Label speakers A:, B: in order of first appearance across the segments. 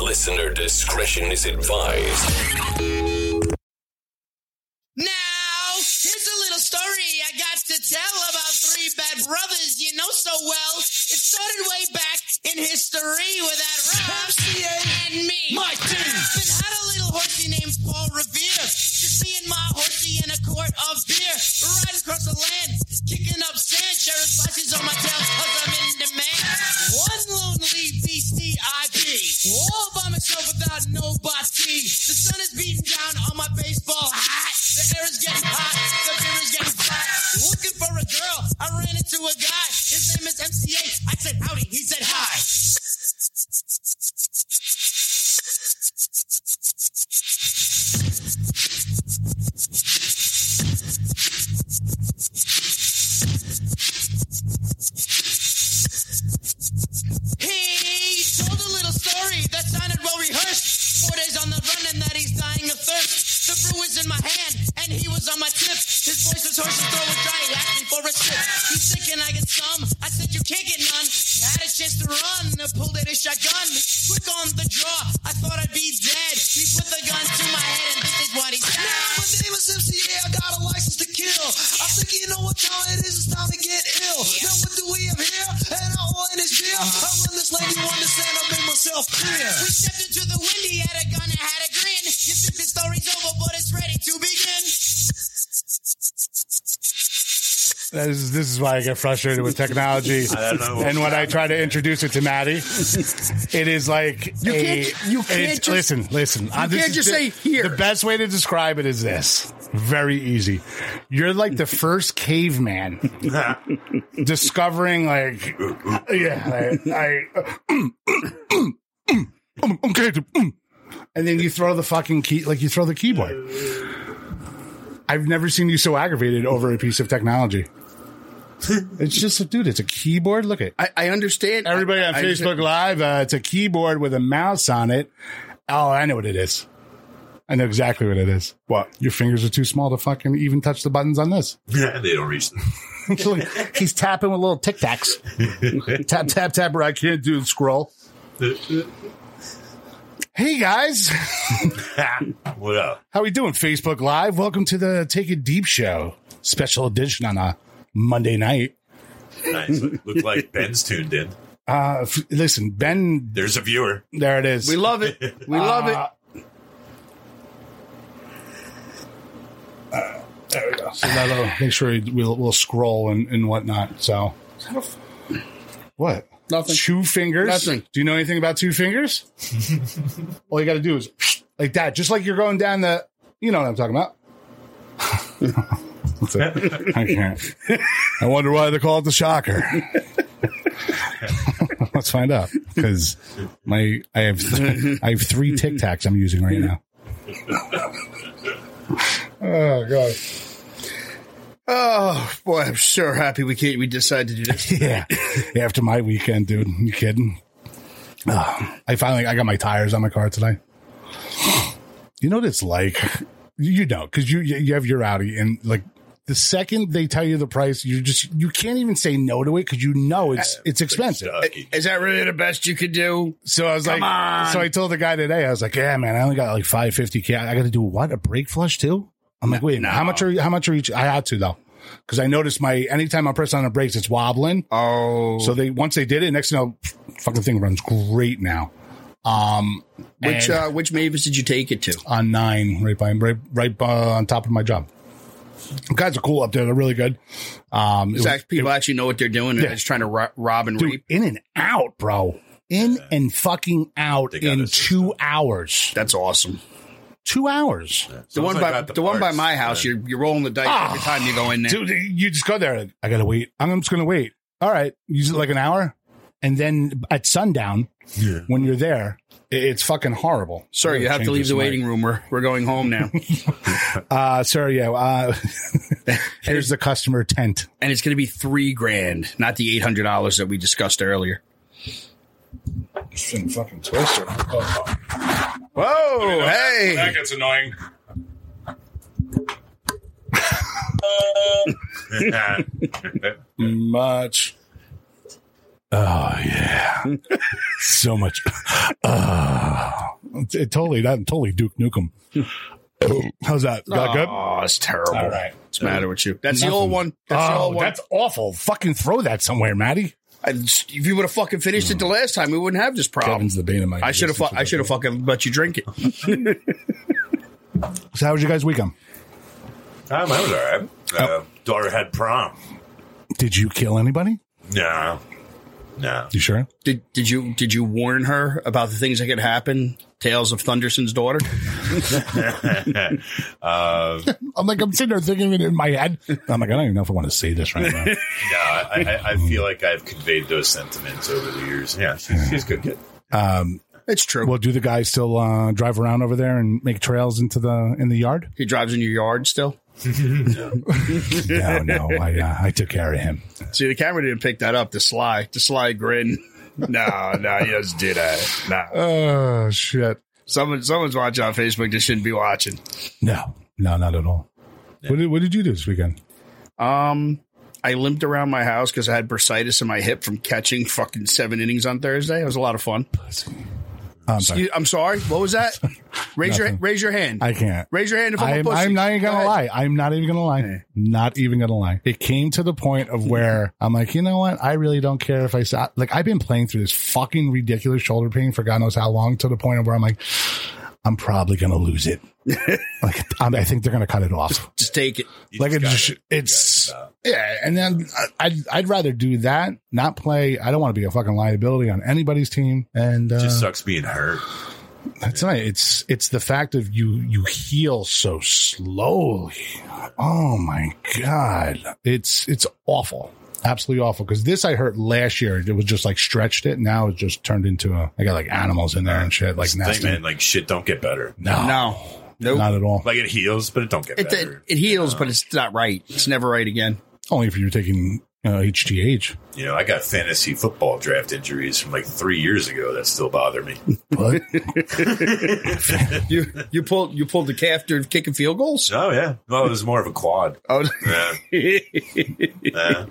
A: Listener discretion is advised.
B: Now, here's a little story I got to tell about three bad brothers you know so well. It started way back in history with that Rob and me. My And had a little horsey named Paul Revere. Just seeing my horsey in a quart of beer. Riding across the land, kicking up sand. Sheriff's flashes on my tail because I'm in demand. One lonely BCIB. All by myself without nobody. The sun is beating down on my baseball hat. The air is getting hot. The beer is getting flat. Looking for a girl. I ran into a guy. His name is MCA. I said howdy. He said hi. He told a little story that sounded well rehearsed. Four days on the run and that he's dying of thirst. The brew was in my hand and he was on my tip. His voice was hoarse and throat was dry, he asking for a sip. He's sick and I get some. I said you can't get none. Had a chance to run, I pulled out a shotgun. Quick on the draw, I thought I'd be dead. He put the gun to my head and this is what he said.
C: Now my name is MCA, I got a license to kill. I think you know what time it is, it's time to get ill. Now what do we have here? And all in this beer. I run this lady, you understand, I make myself clear.
B: We stepped into the wind, he had a gun, I had a grin. You think the story's over, but it's ready to begin.
D: That is, this is why I get frustrated with technology.
E: I don't know.
D: And when I try to introduce it to Maddie, it is like
F: You
D: a-
F: can't- you
D: it's-
F: can't just-
D: listen, listen. You
F: can't just say, "Here."
D: The best way to describe it is this: very easy. You're like the first caveman discovering, like, yeah, I, I I'm, I'm caved. and then you throw the fucking key, like you throw the keyboard. I've never seen you so aggravated over a piece of technology. It's just a dude. It's a keyboard. Look at
F: I, I understand.
D: everybody
F: I-
D: on
F: I-
D: Facebook Live. Uh, it's a keyboard with a mouse on it. Oh, I know what it is. I know exactly what it is. What? Your fingers are too small to fucking even touch the buttons on this.
E: Yeah, they don't reach them.
D: Look, He's tapping with little tic tacs. tap tap tap. Where I can't do the scroll. Hey guys.
E: what up?
D: How we doing, Facebook Live? Welcome to the Take It Deep Show special edition on a Monday night.
E: Nice. Look like Ben's tuned in.
D: Uh, f- listen, Ben,
E: There's a viewer.
D: there it is.
F: We love it. We love it.
D: there we go. So that'll make sure we- we'll, we'll scroll and, and whatnot. So, what?
F: Nothing.
D: Two fingers.
F: Nothing.
D: Do you know anything about two fingers? All you got to do is like that, just like you're going down the. You know what I'm talking about. That's it. I can't. I wonder why they call it the shocker. Let's find out because my I have I have three Tic Tacs I'm using right now. oh god.
F: Oh boy, I'm so happy we can't. We decided to do this.
D: Yeah. After my weekend, dude. You kidding? Ah, I finally I got my tires on my car today. You know what it's like? You know, because you you have your Audi and like the second they tell you the price, you just you can't even say no to it because you know it's it's expensive.
E: Ducky.
F: Is that really the best you could do?
D: So I was like, so I told the guy today, I was like, yeah, man, I only got like five fifty k. I got to do what a brake flush too. I'm like, wait, how much are how much are each? I had to though, because I noticed my anytime I press on the brakes, it's wobbling.
F: Oh,
D: So they once they did it, next thing you know, fucking thing runs great now. Um,
F: which
D: and-
F: uh, which Mavis did you take it to?
D: on nine, right by right, right uh, on top of my job. The guys are cool up there; they're really good. Um, it was-
F: Zach, people actually know what they're doing. and
D: Yeah.
F: They're just trying to ro- rob and
D: dude,
F: reap.
D: in and out, bro, in and fucking out
E: They got
D: in
E: us.
D: two hours.
F: That's awesome.
D: Two hours,
F: The one
E: Sounds
F: by
E: like about
F: the, one by
E: parts.
F: my house. You're you're rolling the dice every time you go in there.
D: Ah, dude. You just go there. I gotta wait. I'm just gonna wait. All right, use it like an hour, and then at sundown,
E: Yeah.
D: when you're there, it- it's fucking horrible.
F: Sorry, you have to
D: Change
F: leave
D: this
F: the
D: mic.
F: waiting room. We're we're going home now,
D: Uh, sorry, yeah. Uh, here's the customer tent.
F: and it's going to be three grand, not the eight hundred dollars that we discussed earlier.
D: fucking twister.
F: Whoa!
G: That gets annoying.
E: Um,
D: Much. Oh yeah, so much. Oh. It, it totally that totally Duke Nukem. How's that? Got good?
F: Oh, it's terrible.
D: All right.
F: What's the matter with you? That's the
D: Nothing.
F: old one. That's the
D: Oh,
F: old one.
D: that's awful. Fucking throw that somewhere, Maddie.
F: I, if you would have fucking finished it the last time, we wouldn't have this problem.
D: Kevin's the bane of my
F: I should have. Fu- I
D: existence.
F: should have fucking let you drink it.
D: So how was your guys' weekend?
E: Ah, mine was all right.
F: Oh.
E: Uh, daughter had prom.
D: Did you kill anybody?
E: No, no.
D: You sure?
F: Did Did you Did you warn her about the things that could happen? Tales of Thunderson's daughter.
E: Uh,
D: I'm like I'm sitting there thinking it in my head. I'm like I don't even know if I want to say this right now.
E: No, I, I, I feel like I've conveyed those sentiments over the years. Yeah, she's, she's a good kid.
F: It's true.
D: well, do the guys still uh, drive around over there and make trails into the in the yard?
F: he drives in your yard still.
D: No, no, I uh, I took care of him.
F: See, the camera didn't pick that up. The sly, the sly grin. No, no, he doesn't do that. No,
D: Oh shit!
F: someone, someone's watching on Facebook that shouldn't be watching.
D: No, no, not at all. What did, what did you do this weekend?
F: Um, I limped around my house because I had bursitis in my hip from catching fucking seven innings on Thursday. It was a lot of fun.
D: I'm sorry.
F: Excuse- I'm sorry. What was that? Raise your
D: Nothing.
F: raise your hand.
D: I can't.
F: raise your hand if I'm, a
D: I'm,
F: pussy.
D: I'm not even
F: Go
D: gonna
F: ahead.
D: lie. I'm not even gonna lie. Not even gonna lie. It came to the point of where I'm like, you know what? I really don't care if I sa- like. I've been playing through this fucking ridiculous shoulder pain for God knows how long. To the point of where I'm like, I'm probably gonna lose it. like I'm, I think they're gonna cut it off.
F: Just take it.
E: You
D: like it
E: gotta-
D: just, it's
E: gotta stop.
D: yeah. And then I, I'd I'd rather do that. Not play. I don't want to be a fucking liability on anybody's team. And uh,
E: It just sucks being hurt.
D: that's right. It's it's the fact of you you heal so slowly. Oh my god, it's it's awful, absolutely awful. Because this I hurt last year. It was just like stretched it. Now it's just turned into a. I got like animals in there and shit, like
E: Thing,
D: nasty.
E: man, like shit don't get better.
D: No,
F: No, nope.
D: Oh, not at all.
E: Like it heals, but it don't get
F: it, it
E: better.
F: it heals, but it's not right. It's never right again.
D: Only if you're taking uh, HGH.
E: you know, I got fantasy football draft injuries from like three years ago that still bother me.
D: But
F: You you pulled you pulled the calf during kicking field goals.
E: oh yeah, well, it was more of a quad.
F: Oh,
E: Yeah, yeah.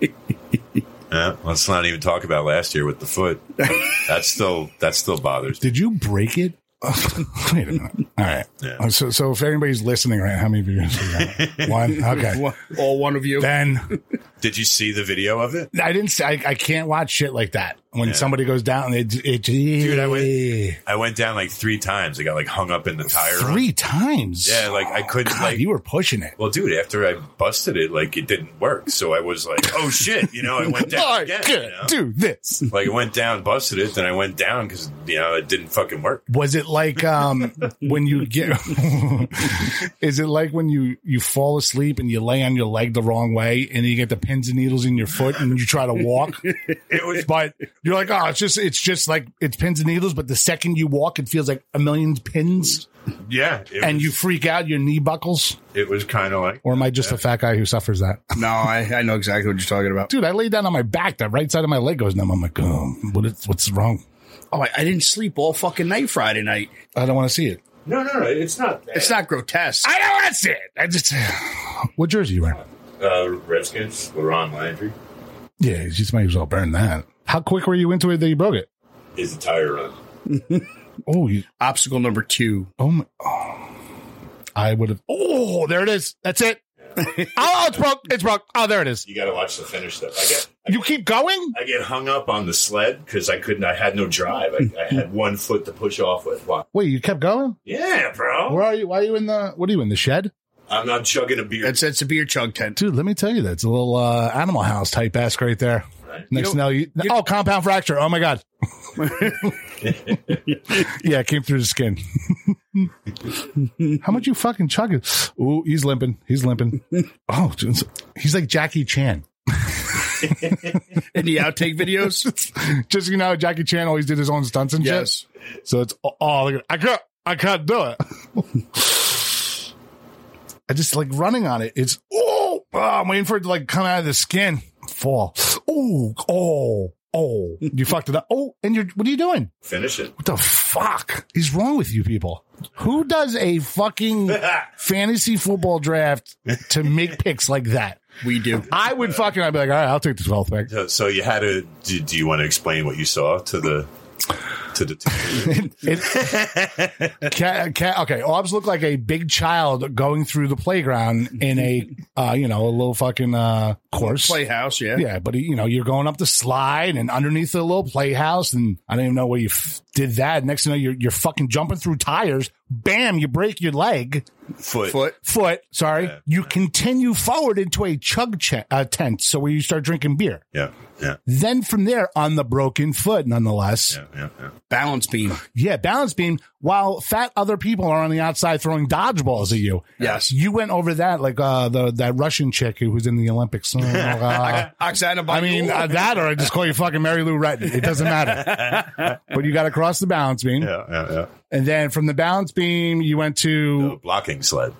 E: Yeah, let's not even talk about last year with the foot. That still that still bothers me.
D: did you break it? Wait a minute. All right.
E: Yeah.
D: Uh, So, so if anybody's listening right, how many of you? One. Okay.
F: one- all one of you.
D: Then
E: Did you see the video of it?
D: I didn't. say- I, I can't watch shit like that. When
E: Yeah.
D: somebody goes down, it, it dude,
E: I went- I went down like three times. I got like hung up in the tire. on-
D: three times.
E: Yeah, like I couldn't
D: God,
E: like
D: you were pushing it.
E: Well, dude, after I busted it, like it didn't work. So I was like, oh shit, you know, I went down
D: I
E: again.
D: could
E: you know?
D: do this.
E: Like I went down, busted it, then I went down because you know it didn't fucking work.
D: Was it like um when you get? is it like when you you fall asleep and you lay on your leg the wrong way and you get the pins and needles in your foot and you try to walk,
E: It was
D: but you're like, oh, it's just it's just like it's pins and needles. But the second you walk, it feels like a million pins,
E: yeah, it
D: and
E: was,
D: you freak out. Your knee buckles.
E: It was kind of like
D: Or am I just a fat guy who suffers that?
F: No, I, I know exactly what you're talking about.
D: dude, I lay down on my back. That right side of my leg goes numb. I'm like, oh, what is, what's wrong?
F: Oh, I, I didn't sleep all fucking night Friday night.
D: I don't want to see it.
E: no, no, no. It's not. That.
F: It's not grotesque.
D: I don't want to see it. I just, what jersey you wearing?
E: uh, Redskins. Leron Landry
D: Yeah, you just might as well burn that. How quick were you into it that you broke it?
E: is a tire run.
D: Oh, you,
F: Obstacle number two.
D: oh my, oh. I would have. Oh, there it is. That's it. oh, it's broke. It's broke. Oh, there it is.
E: You got to watch the finish stuff. I get.
D: You keep going.
E: I get hung up on the sled because I couldn't. I had no drive. I, I had one foot to push off with. Why?
D: Wait, you kept going.
E: Yeah, bro.
D: Where are you? Why are you in the? What are you in the shed?
E: I'm not chugging a beer.
F: That's that's a beer chug tent.
D: Dude, let me tell you, that's a little uh, animal house type esque right there.
E: Right.
D: Next
F: You
D: thing
F: know-
D: now, you, oh, compound fracture. Oh my god. yeah, it came through the skin. How much you fucking chugging? Ooh, he's limping. He's limping. Oh, dude, he's like Jackie Chan.
F: In the outtake videos?
D: Just you know, how Jackie Chan always did his own stunts and shit?
F: yes.
D: So it's oh, oh look at, I can't I can't do it. I just like running on it. It's oh, oh, I'm waiting for it to like come out of the skin. Fall. Oh, oh, oh. You fucked it up. Oh, and you're what are you doing?
E: Finish it.
D: What the fuck is wrong with you people? Who does a fucking fantasy football draft to make picks like that?
F: We do.
D: I would fucking I'd be like, all right, I'll take the 12th pick.
E: So, so you had to. Do, do you want to explain what you saw to the to to the TV.
D: Cat, cat, okay, Orbs looked like a big child going through the playground in a, uh, you know, a little fucking uh, course.
F: Playhouse, yeah.
D: Yeah, but you know, you're going up the slide and underneath the little playhouse, and I don't even know where you f- did that. Next thing you know, you're, you're fucking jumping through tires. Bam, you break your leg,
E: Foot.
F: Foot.
D: foot, sorry.
E: Yeah.
D: You continue forward into a chug che- uh, tent, so where you start drinking beer.
E: Yeah. Yeah.
D: Then from there, on the broken foot, nonetheless.
E: Yeah. Yeah. yeah.
F: Balance beam.
D: Yeah, balance beam. While fat other people are on the outside throwing dodgeballs at you.
F: Yes.
D: you went over that like uh, the that Russian chick who was in the Olympics. Uh, uh,
F: Oksana
D: I mean uh, that, or I just call you fucking Mary Lou Retton. It doesn't matter. but you got to cross the balance beam,
E: Yeah. Yeah. yeah.
D: and then from the balance beam you went
E: The
D: to
E: blocking sled.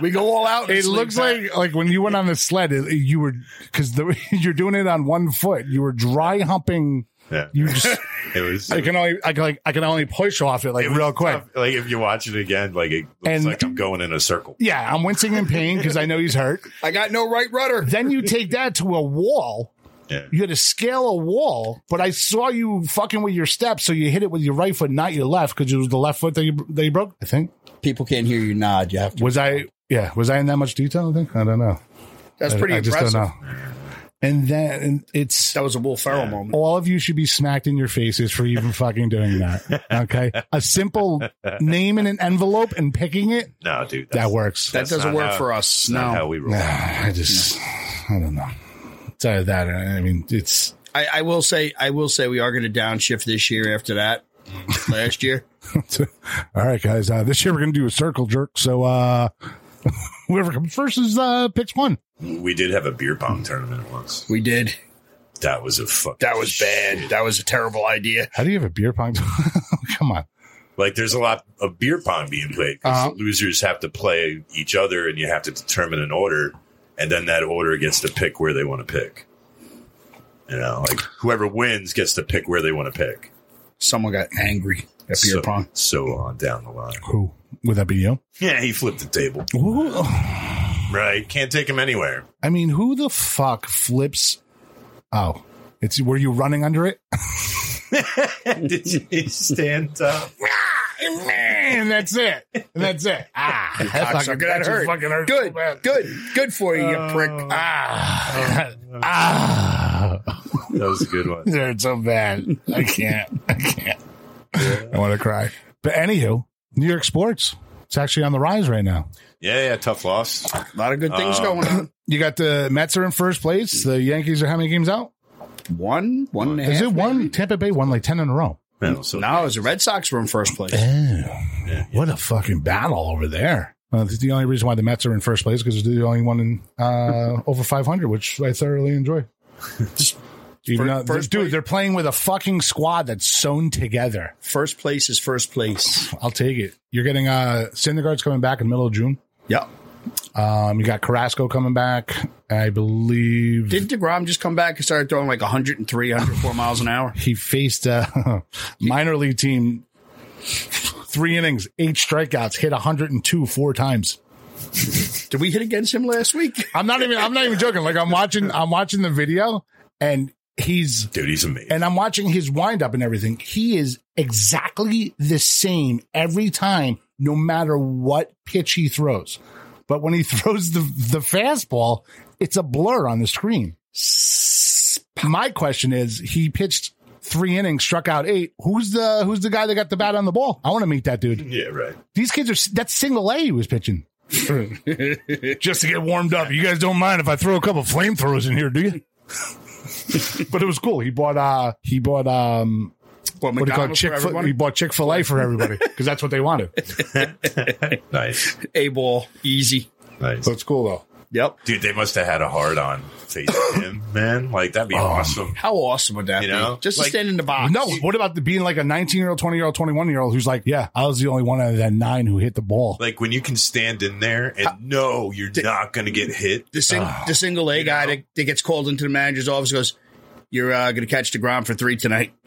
F: we go all out. and
D: uh, it
F: sleep
D: looks
F: back.
D: like like when you went on the sled, it, you were because you're doing it on one foot. You were dry humping.
E: Yeah.
D: You just
E: It was.
D: I can only I can like I can only push off it like real quick.
E: Like if you watch it again, like it looks
D: And-
E: like I'm going in a circle.
D: Yeah, I'm wincing in pain because I know he's hurt.
F: I got no right rudder.
D: Then you take that to a wall.
E: Yeah.
D: You had to scale a wall, but I saw you fucking with your steps, so you hit it with your right foot, not your left, because it was the left foot that you that you broke. I think
G: People can't hear you nod. You have to.
D: was I yeah was I in that much detail? I think I don't know.
F: That's
D: I-
F: pretty
D: I, just
F: impressive.
D: don't know. And then and it's
F: That was a Will Ferrell moment.
D: all of you should be smacked in your faces for even fucking doing that. Okay, a simple name in an envelope and picking it
E: No, dude.
D: that
E: that's-
D: works.
F: That doesn't
E: not
F: work
E: how-
F: for us.
E: that's not how
F: No,
E: we roll.
D: I just I don't know. It's either that. or- I mean, it's
F: I, I will say, I will say, we are going to downshift this year after that. Last year,
D: All right, guys. Uh, this year we're going to do a circle jerk. So uh, whoever comes first is uh, picks one.
E: We did have a beer pong tournament once.
F: we did.
E: That was a fuck.
F: That was bad. That was a terrible idea.
D: How do you have a beer pong? Come on.
E: Like there's a lot of beer pong being played 'cause
D: Uh-huh.
E: losers have to play each other, and you have to determine an order, and then that order gets to pick where they want to pick. You know, like whoever wins gets to pick where they want to pick.
F: Someone got angry at beer
E: so,
F: pong.
E: So on down the line.
D: Who would that be? You?
E: Yeah, he flipped the table.
D: Who,
E: Right, can't take him anywhere.
D: I mean, who the fuck flips? Oh, it's were you running under it?
E: Did you stand up?
D: Man, that's it. That's it. Ah, that fucking,
F: That
D: that
F: hurt.
D: fucking hurt. so
F: Good,
D: bad.
F: good, good for you, you
D: Oh.
F: prick.
D: Ah,
F: Oh,
D: ah.
E: That was a good one.
D: They're so bad. I can't. I can't. I want to cry. But anywho, New York sports. It's actually on the rise right now.
E: Yeah, yeah, tough loss.
F: A lot of good
E: Uh,
F: things going on.
D: You got the Mets are in first place. The Yankees are how many games out?
F: One, one and a
D: Is
F: half.
D: it one? Tampa Bay won like ten in a row.
E: Yeah, so-
F: No, it was the Red Sox were in first place.
G: Eh?
D: What a fucking battle over there. Uh, the only reason why the Mets are in first place because they're the only one in uh, over 500, which I thoroughly enjoy. Even
F: Fir-
D: though,
F: first
D: dude,
F: place-
D: they're playing with a fucking squad that's sewn together.
F: First place is first place.
D: I'll take it. You're getting uh Syndergaard's coming back in the middle of June.
F: Yep.
D: Um, you got Carrasco coming back, I believe.
F: Did DeGrom just come back and start throwing like 103, 104 miles an hour?
D: he faced a minor league team three innings, eight strikeouts, hit 102 four times.
F: Did we hit against him last week?
D: I'm not even I'm not even joking. Like I'm watching I'm watching the video and he's
E: dude, he's amazing.
D: and I'm watching his wind up and everything. He is exactly the same every time, no matter what pitch he throws. But when he throws the the fastball, it's a blur on the screen. My question is, he pitched three innings, struck out eight. Who's the who's the guy that got the bat on the ball? I want to meet that dude.
E: yeah, right.
D: These kids are that's single A he was pitching. Just to get warmed up. You guys don't mind if I throw a couple flamethrowers in here, do you? but it was cool. He bought uh he bought um
F: What,
D: what do you call
F: McDonald's for
D: Chick fil
F: everyone?
D: He bought Chick fil A for everybody because that's what they wanted.
E: Nice,
F: A ball, easy.
E: nice.
D: So it's cool though.
F: Yep.
E: Dude, they must have had a hard on facing him, Oh, man. Like that'd be awesome.
F: How awesome would that
E: You
F: be?
E: know,
F: just
E: like-
F: to stand in the box.
D: Uh, No, what about the, being like a 19 year old, 20 year old, 21 year old who's like, yeah, I was the only one out of that nine who hit the ball.
E: Like when you can stand in there and know you're not gonna get hit.
F: The, sing-
D: Ah.
F: the single A guy that, that gets called into the manager's office goes, You're uh, going to catch DeGrom for three tonight.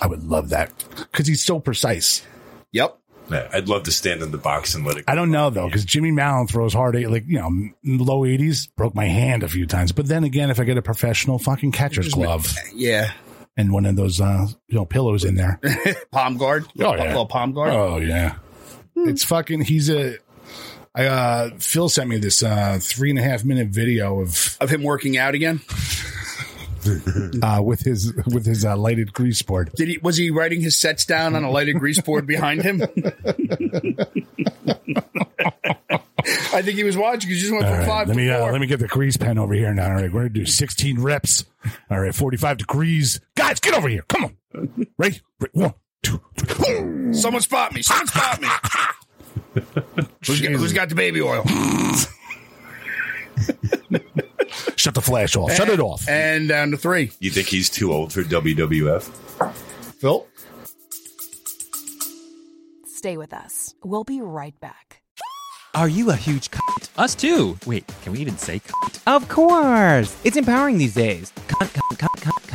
D: I would love that because he's so precise.
F: yep.
E: Yeah, I'd love to stand in the box and let it.
D: I don't know though, because Jimmy Mallon throws hard eight, like you know, m- low eighties. Broke my hand a few times, but then again, if I get a professional fucking catcher's glove
F: Yeah.
D: and one of those uh, you know pillows in there,
F: Palm guard.
D: Oh, yeah.
F: Little palm guard.
D: Oh yeah, it's fucking. He's a. I, uh, Phil sent me this uh, three and a half minute video of
F: Of him working out again.
D: uh, with his with his uh, lighted grease board.
F: Did he was he writing his sets down on a lighted grease board behind him? I think he was watching. He just went
D: All
F: from
D: right,
F: five
D: let
F: to
D: me uh,
F: four.
D: let me get the grease pen over here now. All right, we're gonna do sixteen reps. All right, forty five degrees. Guys, get over here. Come on. Ready? Re- One, two, three. Ooh.
F: Someone spot me. Someone spot me. who's, got, who's got the baby oil?
D: Shut the flash off. Shut it off.
F: And down to three.
E: You think he's too old for WWF?
F: Phil?
H: Stay with us. We'll be right back.
I: Are you a huge cunt? Us too. Wait, can we even say cunt? Of course. It's empowering these days. Cunt, cunt, cunt, cunt, cunt.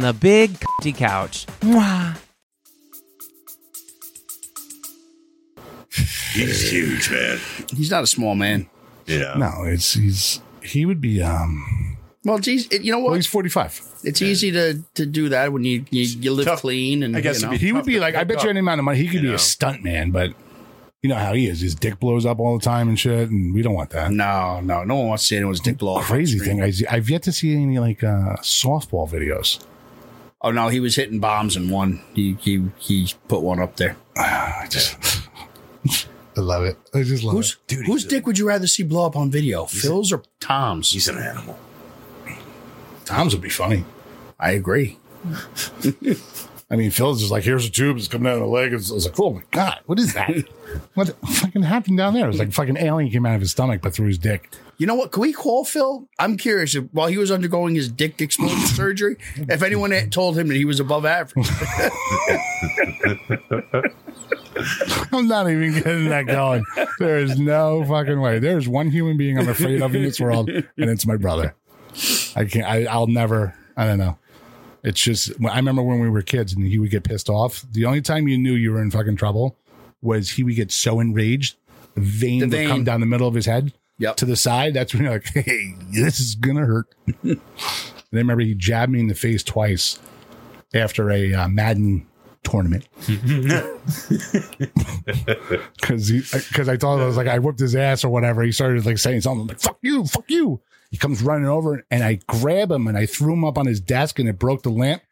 I: the big cunty couch. Mwah.
E: He's huge, man.
F: He's not a small man.
E: You know,
D: No, it's he's he would be um
F: Well, it's easy. It, you know
D: well
F: what?
D: he's forty five.
F: it's easy to, to do that when you, you, you live
E: Tough.
F: clean and
E: I guess
F: you
E: it'd
F: know.
E: be-
D: He would be like I bet you any amount of money he could
E: You
D: be
E: know.
D: a stunt man, but you know how he is. His dick blows up all the time and shit, and we don't want that.
F: no, no, no one wants to say it was dick blow.
D: Crazy thing, I, I've yet to see any like uh softball videos.
F: Oh no, he was hitting bombs in one. He he he put one up there.
D: I just I love it. I just love
F: Who's,
D: it.
F: whose dick would you rather see blow up on video, Phil's or Tom's?
E: he's an animal.
D: Tom's would be funny.
F: I agree.
D: I mean, Phil's is like, here's a tube, it's coming out of the leg. It's, it's like, oh my God, what is that? what fucking happened down there? It was like fucking alien came out of his stomach, but through his dick.
F: You know what? Can we call Phil? I'm curious. If, while he was undergoing his dick exposure surgery, if anyone had told him that he was above average,
D: I'm not even getting that going. There is no fucking way. There's one human being I'm afraid of in this world, and it's my brother. I can't. I, I'll never. I don't know. It's just. I remember when we were kids, and he would get pissed off. The only time you knew you were in fucking trouble was he would get so enraged, the vein
F: The
D: would come
F: vein.
D: down the middle of his head.
F: Yep.
D: To the side. That's when you're like, hey, this is gonna hurt. and I remember he jabbed me in the face twice after a uh, Madden tournament because he because I thought I was like I whooped his ass or whatever. He started like saying something like "fuck you, fuck you." He comes running over and I grab him and I threw him up on his desk and it broke the lamp.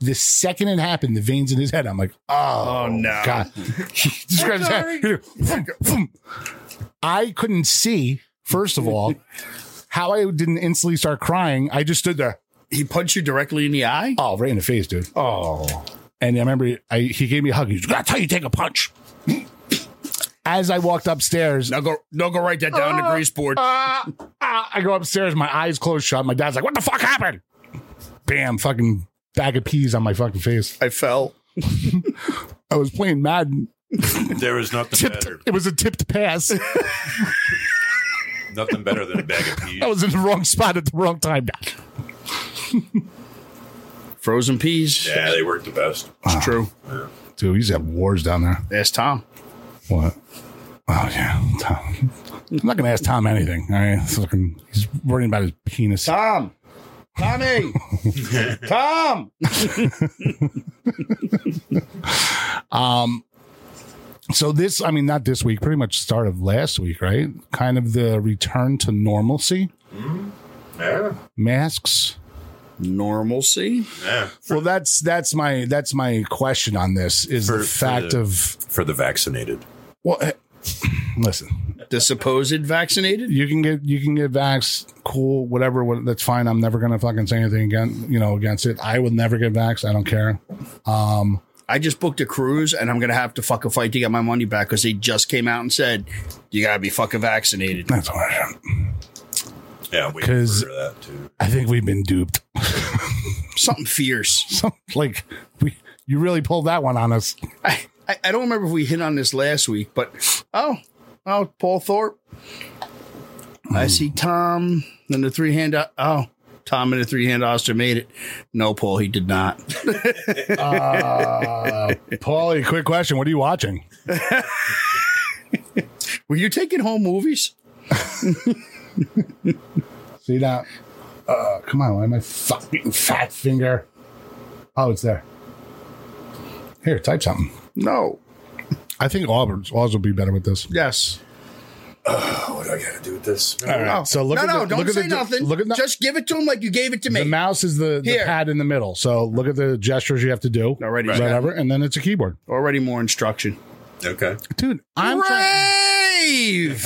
D: The second it happened, the veins in his head. I'm like, oh,
F: no.
D: God. He just grabbed his head. Vroom, vroom. I couldn't see. First of all, how I didn't instantly start crying. I just stood there.
F: he punched you directly in the eye.
D: Oh, right in the face, dude.
F: Oh,
D: And I remember I, he gave me a hug. He's like, that's how you take a punch. As I walked upstairs,
F: now go now go write that down to grease board.
D: ah, ah. I go upstairs, my eyes closed shut. My dad's like, what the fuck happened? Bam, fucking bag of peas on my fucking face.
F: I fell.
D: I was playing Madden.
E: There is nothing
D: Tipped,
E: better.
D: it was a tipped pass.
E: Nothing better than a bag of peas.
D: I was in the wrong spot at the wrong time.
F: Frozen peas.
E: yeah, they work the best.
F: It's true.
D: Dude, we used to have wars down there.
F: That's Tom.
D: What? Oh, yeah. Tom. I'm not going to ask Tom anything. All right. Fucking- he's worrying about his penis.
F: Tom. Tommy. Tom.
D: So this, I mean, not this week, pretty much start of last week, right? Kind of the return to normalcy.
E: Yeah,
D: Masks.
F: Normalcy.
E: yeah.
D: Well, that's that's my that's my question on this is
E: For-
D: the
E: for
D: fact
E: the-
D: of
E: For the vaccinated.
D: well, eh, listen,
F: The supposed vaccinated.
D: you can get you can get vax, cool, whatever. what- That's fine. I'm never gonna fucking say anything again, you know, against it. I would never get vax. I don't care. Um,
F: I just booked a cruise and I'm gonna have to fuck a fight to get my money back because they just came out and said you gotta be fucking vaccinated.
D: That's all right.
E: Yeah, I'm waiting
D: 'Cause-
E: for that too.
D: I think we've been duped.
F: Something fierce.
D: So, like we, you really pulled that one on us.
F: I, I, I don't remember if we hit on this last week, but oh, oh, Paul Thorpe. I see Tom and the three hand. Oh, Tom and the three hand Oster made it. No, Paul, he did not.
D: Paulie, quick question: What are you watching?
F: Were you taking home movies?
D: See that? Uh, come on, why am I fucking fat finger? Oh, it's there. Here, type something.
F: No.
D: I think Auburn's Oz will be better with this.
F: Yes.
E: Oh, what do I got to do with this?
F: No.
D: so look
F: Oh. no,
D: at
F: no,
D: the-
F: don't
D: look at
F: say
D: the-
F: nothing.
D: look at the-
F: just give it to him like you gave it to
D: The
F: me.
D: mouse is the, the
F: Here.
D: pad in the middle. So look at the gestures you have to do.
F: Alrighty,
D: right
F: Jack.
D: over, and then it's a keyboard.
F: Already more instruction.
E: Okay.
D: Dude, I'm trying.
F: Dave,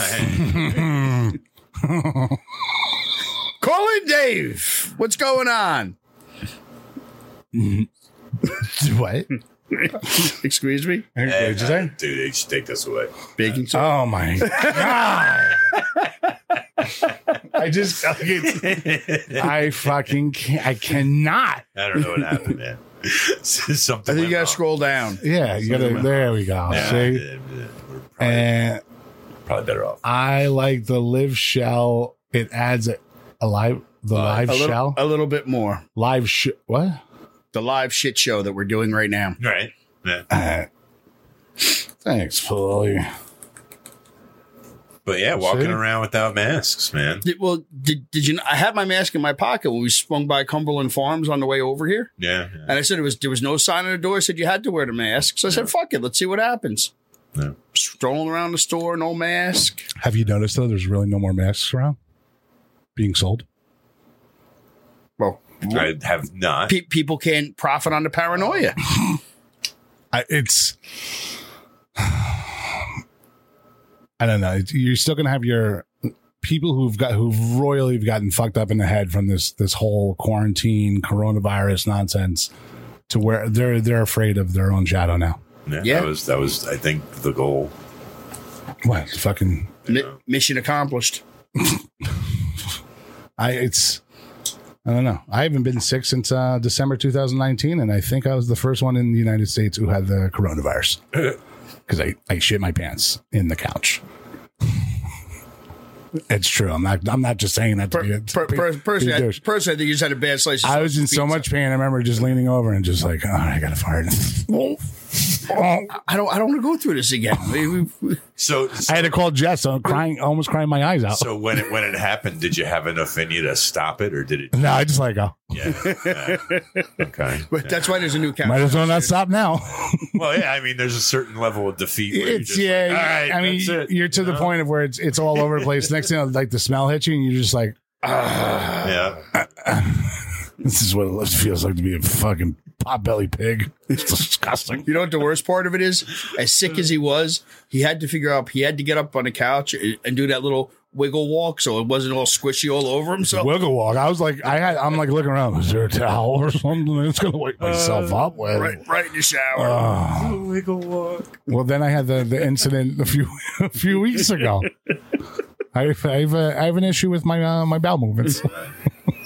F: call in Dave. What's going on?
D: What?
F: Excuse me.
D: What did you say?
E: Dude, they should take this away.
F: Baking soda.
D: Oh my god! I just, I fucking, can't, I cannot.
E: I don't know what happened, man. Something.
F: I think
E: went
F: you
E: wrong.
F: gotta scroll down.
D: Yeah, you gotta. There we go.
E: Yeah,
D: See,
E: yeah, yeah. We're probably,
D: and
E: probably better off.
D: I like the live shell. It adds a, a live, the live
F: a little,
D: shell,
F: a little bit more.
D: live sh- what?
F: The live shit show that we're doing right now.
E: Right. Yeah.
D: Uh, thanks, Paulie.
E: But yeah, walking
D: See?
E: around without masks, man.
F: Did, well, did, did you? I had my mask in my pocket when we swung by Cumberland Farms on the way over here,
E: Yeah. yeah.
F: and I said it was there was no sign on the door. I said you had to wear the mask. So I said, "Fuck it, let's see what happens."
E: Yeah.
F: Strolling around the store, no mask.
D: Have you noticed though? There's really no more masks around being sold.
F: Well,
E: I have not.
F: pe- people can't profit on the paranoia.
D: I, it's I don't know. It's- You're still gonna have your people who've got who've royally gotten fucked up in the head from this this whole quarantine coronavirus nonsense to where they're they're afraid of their own shadow now.
F: Yeah.
E: That was that was I think the goal.
D: What the fucking
F: Mi- mission accomplished.
D: I it's I don't know. I haven't been sick since uh, December 2019, and I think I was the first one in the United States who had the coronavirus because I, I shit my pants in the couch. it's true. I'm not. I'm not just saying that. To
F: Per-
D: be, a-
F: per- per-
D: be a
F: personally, I,
D: douche.
F: personally, I think you just had a bad slice. of
D: I was in so
F: pizza.
D: much pain. I remember just leaning over and just like, oh, I got to fart.
F: Oh. I don't. I don't want to go through this again. We- we- we-
E: So
D: I had to call Jess. I'm crying, almost crying my eyes out.
E: so when it when it happened, did you have enough in you to stop it, or did it?
D: no, I just like, oh,
E: Yeah. yeah. okay.
F: but that's why there's a new
D: might
F: count.
D: as well not stop now.
E: Well, yeah. I mean, there's a certain level of defeat. where you're
D: it's
E: just
D: yeah.
E: like, All right.
D: I mean,
E: that's it,"
D: you're to
E: you
D: the
E: know?
D: point of where it's it's all over the place. Next thing, you know, like the smell hits you, and you're just like,
E: Yeah.
D: "This is what it feels like to be a fucking potbelly pig." It's disgusting.
F: You know what the worst part of it is? As sick as he was, he had to figure out. He had to get up on the couch and and do that little wiggle walk, so it wasn't all squishy all over himself.
D: Wiggle walk. I was like, I had. I'm like looking around. Is there a towel or something? It's gonna wake myself
E: Uh,
D: up with.
F: Right, right in the shower.
D: Well, then I had the, the incident a few a few weeks ago. I I have, a, I have an issue with my uh, my bowel movements.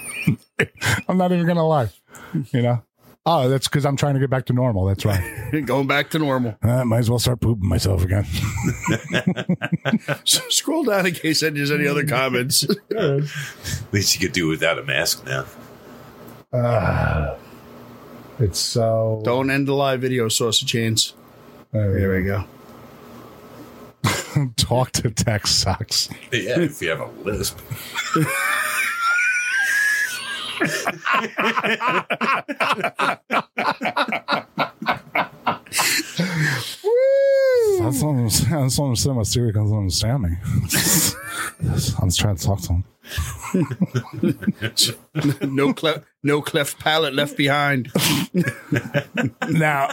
D: I'm not even gonna lie. You know. Oh, that's because I'm trying to get back to normal. That's right.
F: Going back to normal.
D: I might as well start pooping myself again.
F: Scroll down in case there's any other comments.
E: At least you could do without a mask now.
D: It's so. uh,
F: Don't end the live video, sausage hands. There we go.
D: Talk to text sucks.
E: Yeah. If you have a lisp.
D: That's what I'm saying. That's what I'm saying. My Siri doesn't understand me. I'm just trying to talk to him.
F: No cleft, no cleft palate left behind.
D: Now,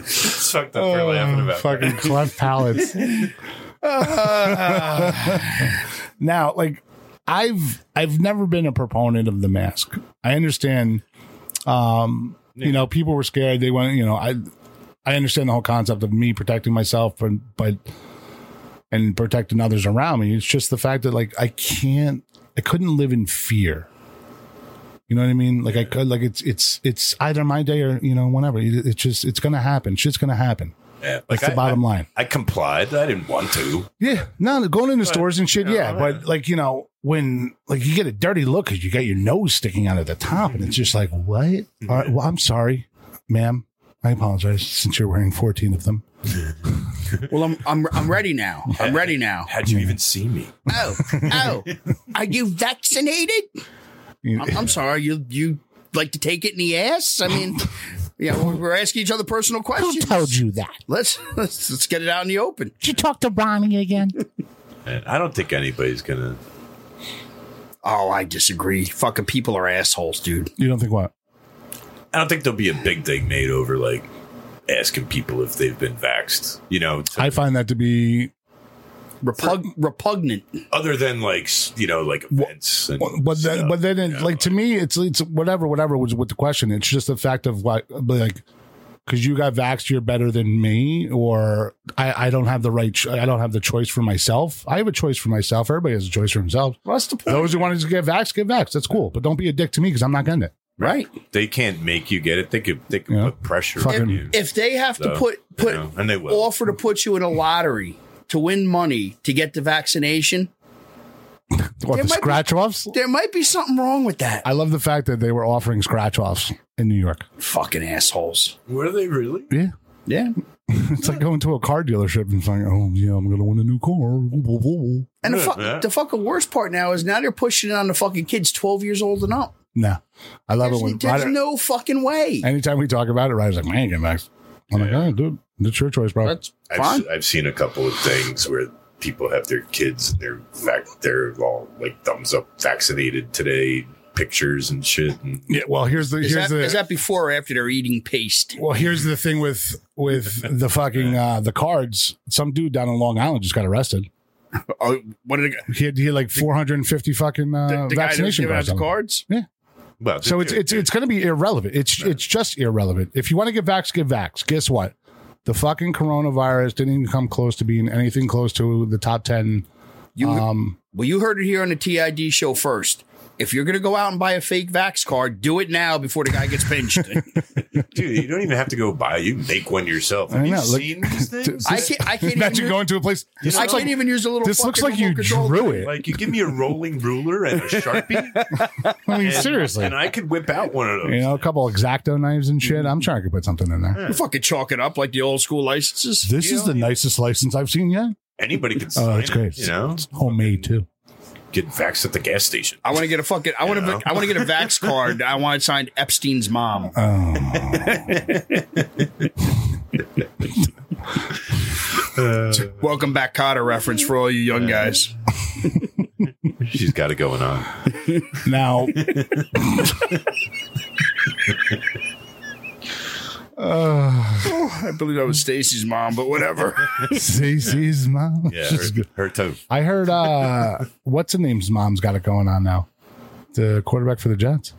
E: It's fucked up. We're
D: Oh,
E: laughing about. that.
D: fucking cleft palates. now, like, I've I've never been a proponent of the mask. I understand Um, You know, people were scared. They went, you know, I I understand the whole concept of me protecting myself, but, but and protecting others around me. It's just the fact that like I can't, I couldn't live in fear. You know what I mean? Like I could, like it's it's it's either my day or you know whenever. It, it's just it's gonna happen. Shit's gonna happen.
E: Yeah,
D: That's the
E: I-
D: bottom
E: I-
D: line.
E: I complied. I didn't want to.
D: Yeah, no, going into stores and shit. yeah, but like you know, when like you get a dirty look because you got your nose sticking out of the top, and it's just like, what? All right, well, I'm sorry, ma'am. I apologize since you're wearing 14 of them.
F: Well, I'm I'm I'm ready now. I'm ready now.
E: How'd you even see me?
F: Oh, oh, are you vaccinated?
D: You-
F: I'm, I'm sorry. You you like to take it in the ass? I mean, yeah, we're, we're asking each other personal questions.
D: you that?
F: Let's, let's let's get it out in the open.
D: Did you talk to Bonnie again?
E: Man, I don't think anybody's gonna.
F: Oh, I disagree. Fucking people are assholes, dude.
D: You don't think what?
E: I don't think there'll be a big thing made over like asking people if they've been vaxxed. You know, to-
D: I find that to be
F: Repug- repugnant.
E: other than like s- you know like events. and
D: Well, but then,
E: stuff,
D: but then,
E: you
D: it,
E: know,
D: like to me, it's it's whatever, whatever was with the question. It's just the fact of like, like, because you got vaxxed, you're better than me, or I, I don't have the right, cho- I don't have the choice for myself. I have a choice for myself. Everybody has a choice for themselves.
F: What's the point?
D: Those who wanted to get vaxxed, get vaxxed. That's cool, but don't be a dick to me because I'm not getting it.
F: Right.
E: they can't make you get it. They could they could
D: Yeah.
E: put pressure
D: Fucking-
E: on you.
F: If they have to
E: So,
F: put put
E: you know, and they will.
F: offer to put you in a lottery to win money to get the vaccination,
D: What
F: There
D: the
F: might be-
D: scratch offs?
F: there might be something wrong with that.
D: I love the fact that they were offering scratch offs in New York.
F: Fucking assholes.
E: Were they really?
D: Yeah.
F: Yeah.
D: It's like going to a car dealership and saying, "Oh, yeah, I'm going to win a new car."
F: And the, fuck,
E: Yeah.
F: the fucking worst part now is now they're pushing it on the fucking kids 12 years old and up.
D: Nah, I love
F: There's,
D: it when
F: there's
D: I-
F: no fucking way.
D: Anytime we talk about it, Ryan's like, man, get back. I'm like, oh, dude, it's your choice, bro.
F: That's
E: I've,
F: fine.
E: s- I've seen a couple of things where people have their kids and they're vac- they're all like thumbs up vaccinated today pictures and shit. And
D: yeah, well, here's the
F: Is
D: here's
F: that,
D: the
F: is that before or after they're eating paste?
D: well, here's the thing with with the fucking uh, the cards. Some dude down in Long Island just got arrested.
F: Oh, what did the,
D: He had, he had like 450 fucking uh,
F: the guy that was
D: vaccination
F: giving out
D: cards.
F: the
D: on him.
F: cards?
E: well,
D: So it's it's it's going to be irrelevant. It's it's just irrelevant. If you want to get vax, get vax. Guess what? The fucking coronavirus didn't even come close to being anything close to the top ten.
F: You,
D: Um,
F: well, you heard it here on the TID show first. If you're going to go out and buy a fake vax card, do it now before the guy gets pinched.
E: dude, you don't even have to go buy. it. You can make one yourself. Have
D: I
E: you
D: know, look-
E: seen these things?
F: I can't, I can't, even,
D: imagine
F: use,
D: going to a place. This
F: I
D: looks
F: can't
D: like
F: even use a little
D: this looks
F: fucking
D: like you
F: remote control
D: drew
F: thing.
D: it.
E: like you give me a rolling ruler and a sharpie,
D: I mean,
E: and-
D: seriously.
E: and I could whip out one of those.
D: you know, a couple exacto knives and shit. I'm sure I could put something in there.
F: You fucking chalk it up like the old school licenses.
D: This is the nicest license I've seen yet.
E: Anybody could.
D: Oh,
E: sign
D: it's great.
E: It, you know,
D: It's homemade too.
E: get vaxxed at the gas station.
F: I want to get a fucking. I want
E: know?
F: to. I want to get a vax card. I want it signed Epstein's mom.
D: Oh.
F: Welcome back, Cotter reference for all you young guys.
E: She's got it going on.
D: Now. Uh,
F: I believe that was Stacy's mom, but whatever.
D: Cece's mom.
E: Yeah,
D: She's
E: her,
D: good.
E: her toe.
D: I heard uh, what's the name's mom's got it going on now. The quarterback for the Jets,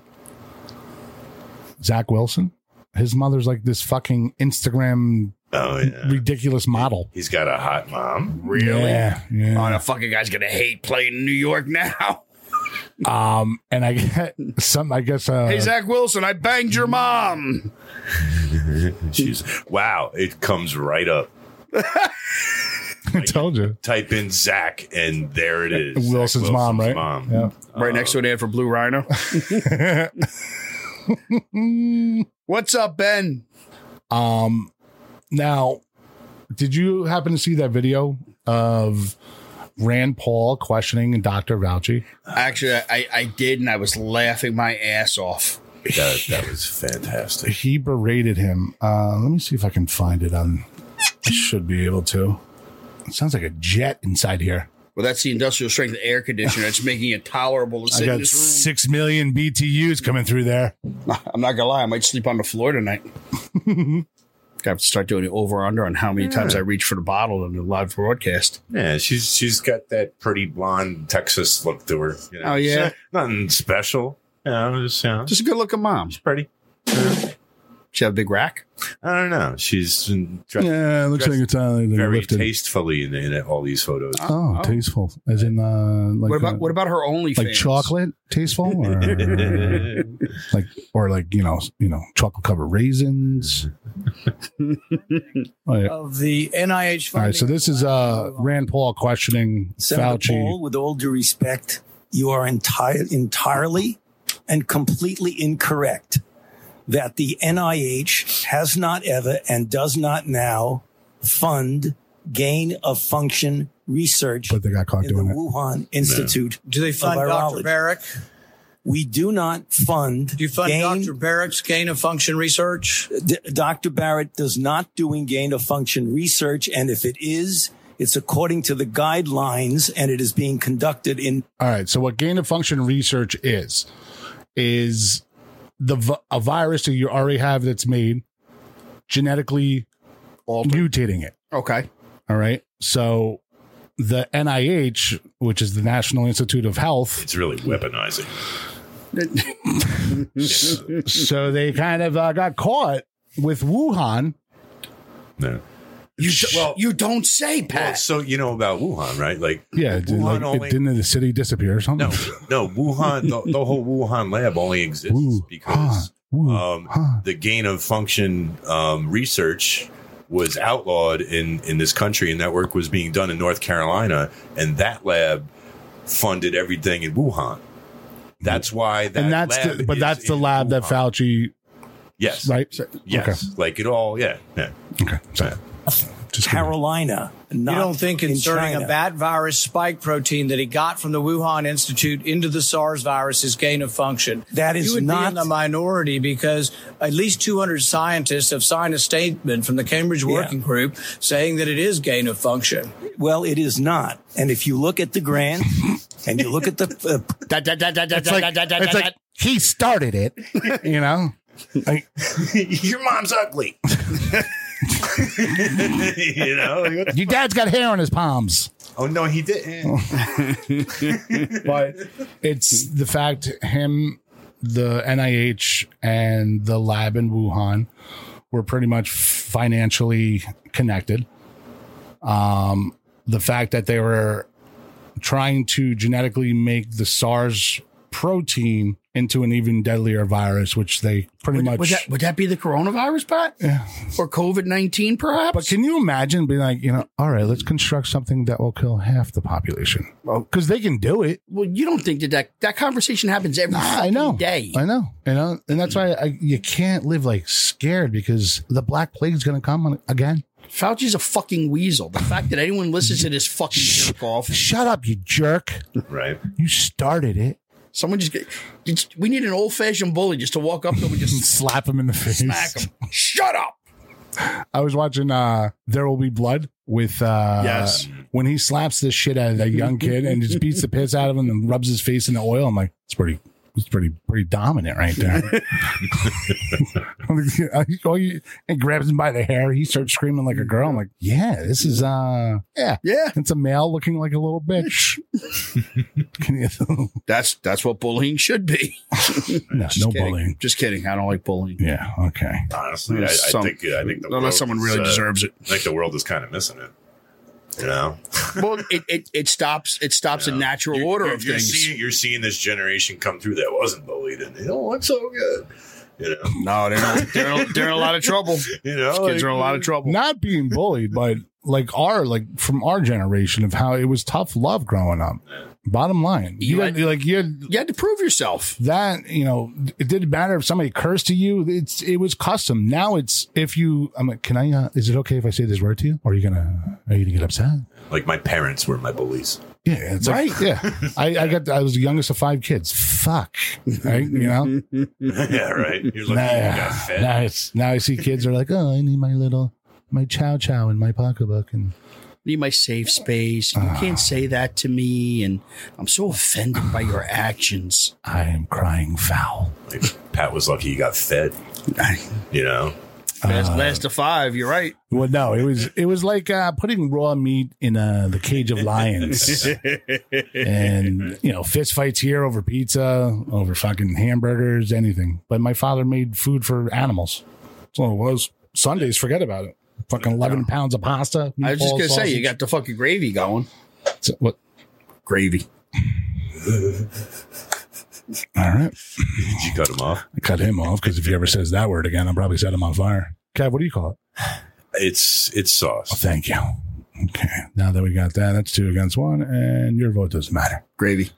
D: Zach Wilson. His mother's like this fucking Instagram
E: Oh yeah.
D: ridiculous model.
E: He's got a hot mom.
F: Really?
D: Yeah, yeah.
F: Oh, the fucking guy's gonna hate playing in New York now.
D: Um, and I get some. I guess. Uh,
F: Hey, Zach Wilson, I banged your mom.
E: She's wow. It comes right up.
D: I told you.
E: Type in Zach, and there it is. Zach
D: Wilson's, mom, right?
E: Mom.
D: Yeah.
F: Right next
D: Uh,
F: to an ad for Blue Rhino. What's up, Ben?
D: Um, now, did you happen to see that video of Rand Paul questioning Dr. Fauci?
F: Actually, I, I did, and I was laughing my ass off.
E: That, that was fantastic.
D: He berated him. Uh, let me see if I can find it on. I should be able to. It sounds like a jet inside here.
F: Well, that's the industrial strength air conditioner. It's making it tolerable to
D: I
F: sit in
D: got
F: this room.
D: six million BTUs coming through there.
F: I'm not gonna lie, I might sleep on the floor tonight. I have to start doing the over under on how many times I reach for the bottle in the live broadcast.
E: Yeah, she's she's got that pretty blonde Texas look to her. you know.
F: Oh, yeah.
E: She's not- nothing special. Yeah, just, you know,
F: Just a good looking mom.
E: pretty.
F: She have a big rack.
E: I don't know. She's in dress,
D: Yeah, it looks
E: dressed
D: like it's uh, like
E: very
D: lifted.
E: tastefully in, in all these photos.
D: oh, tasteful, as in uh, like
F: what about
D: uh,
F: what about her OnlyFans?
D: like chocolate tasteful, or like or like you know you know chocolate covered raisins. Oh, yeah.
J: of the NIH
D: All
J: funding.
D: right, so this is uh, Rand Paul questioning
J: Senator
D: Fauci.
J: Paul, with all due respect, you are entire, entirely and completely incorrect that the NIH has not ever and does not now fund gain of function research
D: but they got caught
J: in the
D: doing it.
J: Wuhan Institute.
G: Do they
J: fund
G: fund
J: Dr.
G: Dr. Barrick?
J: We do not fund.
G: Do you fund
J: gain-
G: Dr. Barrick's gain of function research?
J: D- Dr. Barrett does not doing gain of function research, and if it is, it's according to the guidelines, and it is being conducted in
D: All right, so what gain of function research is is the vi- a virus that you already have that's made genetically mutating it.
F: Okay.
D: All right, so the NIH, which is the National Institute of Health,
E: It's really weaponizing.
D: so they kind of uh, got caught with Wuhan.
E: No.
F: You
E: Sh-
F: do-
E: well-
F: you don't say,
E: Well,
F: Pat.
E: so you know about Wuhan, right? Like
D: Yeah, it did,
E: Wuhan
D: like,
E: only-
D: it, didn't the city disappear or something?
E: no, no. Wuhan, the, the whole Wuhan lab only exists
D: Wuhan.
E: because um,
D: Wuhan.
E: the gain of function um, research was outlawed in in this country, and that work was being done in North Carolina, and that lab funded everything in Wuhan. That's why that
D: and that's
E: lab
D: the, but
E: is
D: that's the
E: in
D: lab that
E: Wuhan.
D: Fauci,
E: yes
D: right?
E: yes like it all yeah yeah
D: Okay. Okay. Sorry. Just kidding.
J: Carolina, not
G: You don't think
J: in
G: inserting
J: China.
G: a bat virus spike protein that he got from the Wuhan Institute into the SARS virus is gain of function?
J: That is
G: you would
J: not-
G: be in the minority because at least 200 scientists have signed a statement from the Cambridge Working Group saying that it is gain of function.
J: Well, it is not. And if you look at the grant and you look at the uh,
F: Da, da, da, da, da,
D: It's like, it's like he started it, you know? Like,
E: your mom's ugly you know like, what the-
D: your dad's got hair on his palms.
E: oh no he didn't
D: Oh. But it's the fact him, the NIH, and the lab in Wuhan were pretty much financially connected. Um, the fact that they were trying to genetically make the SARS protein into an even deadlier virus, which they pretty
F: Would,
D: much
F: would that, would that be the coronavirus, Pat? Yeah. Or COVID 19, perhaps?
D: But can you imagine being like, you know, all right, let's construct something that will kill half the population? Because they can do it.
F: well, you don't think that that, that conversation happens every
D: Ah, I know.
F: fucking day.
D: I know. You know, and that's why I, you can't live like scared because the black plague's going to come on again.
F: Fauci's a fucking weasel. The fact that anyone listens to this fucking jerk off.
D: Shut up, you jerk!
E: right
D: You started it.
F: Someone just get. it's- We need an old fashioned bully just to walk up to him and just
D: Slap him in the face.
F: smack him. Shut up.
D: I was watching uh There Will Be Blood with uh
F: Yes.
D: when he slaps the shit out of that young kid and just beats the piss out of him and rubs his face in the oil. I'm like, it's pretty it's pretty pretty dominant right there. Oh, you- and grabs him by the hair, he starts screaming like a girl. I'm like, yeah, this is uh yeah.
F: Yeah.
D: It's a male looking like a little bitch. Can you
F: That's that's what bullying should be.
D: no,
F: Just
D: no
F: kidding.
D: bullying.
F: Just kidding. I don't like bullying.
D: Yeah, okay.
E: honestly I, I
F: Some-
E: think I think the world
F: Unless someone
E: is,
F: really
E: uh,
F: deserves it.
E: I think the world is kind of missing it you know
F: Well, it, it, it stops it stops a natural order
E: you're,
F: of
E: you're
F: things.
E: Seeing, you're seeing this generation come through that wasn't bullied, and they don't look so good. You know,
F: No, they're, not, they're, in- they're in a lot of trouble.
E: you know,
F: Kids are in a lot of trouble.
D: Not being bullied, but like our like from our generation of how it was tough love growing up. Bottom line, you,
F: You
D: had, like you had
F: You had to prove yourself.
D: that you know it didn't matter if somebody cursed to you. It's it was custom. Now it's if you I'm like, can I? Uh, is it okay if I say this word to you? Or are you gonna are you gonna get upset?
E: like my parents were my bullies.
D: Yeah, it's right. Like, yeah, I, I got I was the youngest of five kids. Fuck, right? You know.
E: yeah, right. You're looking, you
D: now,
E: got fed.
D: now, it's, now I see kids are like, oh, I need my little my chow chow in my pocketbook and.
F: Need my safe space. You can't say that to me, and I'm so offended by your actions.
D: I am crying foul.
E: Like, Pat was lucky he got fed. You know,
F: Last, last to five. You're right.
D: Well, no, it was it was like uh, putting raw meat in uh, the cage of lions, and you know, fist fights here over pizza, over fucking hamburgers, anything. But my father made food for animals. That's all it was. Sundays, forget about it. Fucking eleven pounds of pasta.
F: I was just
D: meatballs,
F: gonna say you
D: sausage.
F: got the fucking gravy going.
D: So, what?
F: Gravy.
D: All right,
E: Did you cut him off?
D: I cut him off because if he ever says that word again, I'll probably set him on fire. Kev, what do you call it?
E: It's it's
D: Oh,
E: sauce.
D: thank you. Okay, now that we got that, that's two against one, and your vote doesn't matter.
F: Gravy.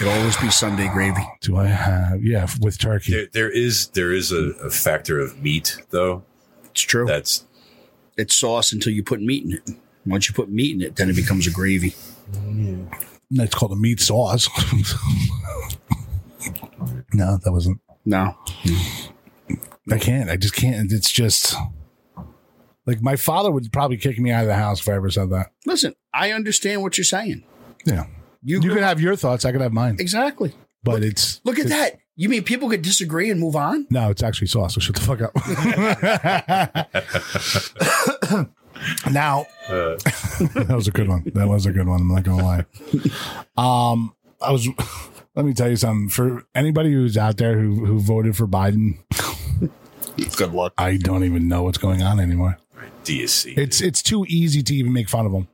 F: It'll always be Sunday gravy.
D: Do I have? Yeah, with turkey.
E: There, there is there is a, a factor of meat though.
F: It's true.
E: That's
F: it's sauce until you put meat in it. Once you put meat in it, then it becomes a gravy.
D: That's called a meat sauce. no, that wasn't.
F: No.
D: I can't. I just can't. It's just like my father would probably kick me out of the house if I ever said that.
F: Listen, I understand what you're saying.
D: Yeah. You, could have your thoughts. I could have mine.
F: Exactly.
D: But it's
F: Look at that. You mean people could disagree and move on?
D: no, it's actually sauce. So shut the fuck up. now,
E: uh,
D: that was a good one. That was a good one. I'm not gonna lie. Um, I was. Let me tell you something. For anybody who's out there who who voted for Biden,
K: Good luck.
D: I don't even know what's going on anymore.
E: do you see?
D: It's it's too easy to even make fun of him.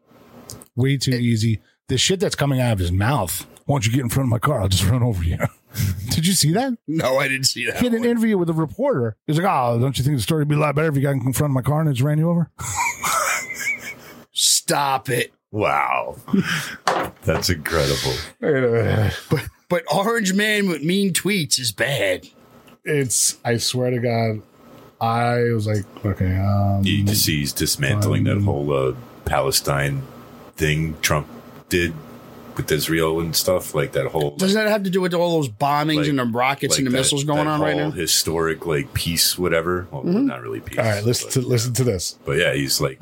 D: Way too easy. The shit that's coming out of his mouth. Why don't you get in front of my car? I'll just run over you. Did you see that?
F: No, I didn't see that.
D: He had an
F: one.
D: interview with a reporter. He's like, "Oh, don't you think the story would be a lot better if you got in front of my car and just ran you over?"
F: Stop it.
E: wow, that's incredible.
F: But but Orange Man with mean tweets is bad.
D: It's. I swear to God, I was like, okay. Um,
E: You just see he's dismantling that whole uh, Palestine thing Trump did with Israel and stuff like that whole.
F: Doesn't that have to do with all those bombings
E: Like-
F: and the rockets
E: like
F: and the
E: that-
F: missiles going
E: that
F: on right
E: whole
F: now? Mm-hmm.
E: Historic like peace, whatever. Well, not really peace.
D: All right, listen
E: but,
D: to listen to this.
E: But yeah, he's like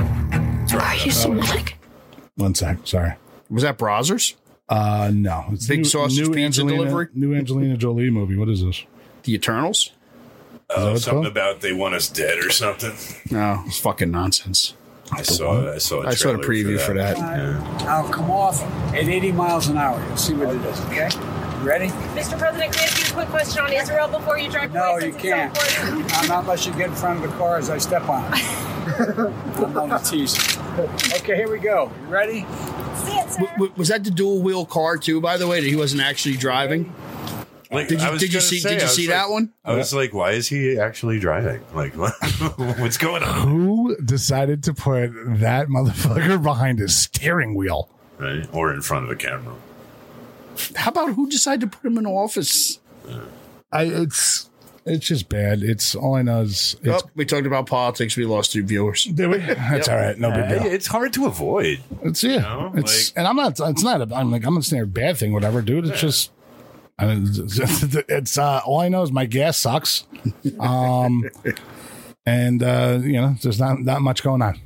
D: One sec. Sorry.
F: Was that Brazzers?
D: Uh, no. It's
F: Big sausage pizza
D: Angelina,
F: delivery?
D: New Angelina Jolie movie. What is this?
F: The Eternals? Oh,
D: that
E: uh,
D: what it's
E: something
D: called?
E: about they want us dead or something.
F: No, it's fucking nonsense.
E: I saw I saw a
F: I saw the
E: trailer
F: preview for that.
E: Yeah.
K: I'll come off at 80 miles an hour. You'll see what it is. Okay. Ready?
B: Mr. President, can I ask you a quick question on Israel before you drive
K: No, you can't. Uh, Not unless you get in front of the car as I step on it. I'm on the tease. Okay, here we go. You ready?
F: W- w- was that the dual wheel car too? By the way, that he wasn't actually driving.
E: Like,
F: Did
E: I
F: you
E: was
F: did you
E: gonna
F: see
E: say,
F: did
E: I
F: you
E: was
F: see
E: like-
F: that one?
E: I was like, why is he actually driving? Like, what, what's going on?
D: Who decided to put that motherfucker behind his steering wheel?
E: Right? Or in front of a camera.
F: How about who decided to put him in office?
D: I it's it's just bad. It's all I know is it's
F: Oh, we talked about politics. We lost two viewers.
D: Did we? That's all right. No big
E: Hey,
D: deal.
E: it's hard to avoid.
D: It's yeah.
E: know,
D: it's
E: like-
D: and I'm not. It's not. A, I'm like I'm not saying a bad thing. Whatever, dude. It's just. I mean, it's, it's uh, all I know is my gas sucks, um, and uh, you know there's not not much going on.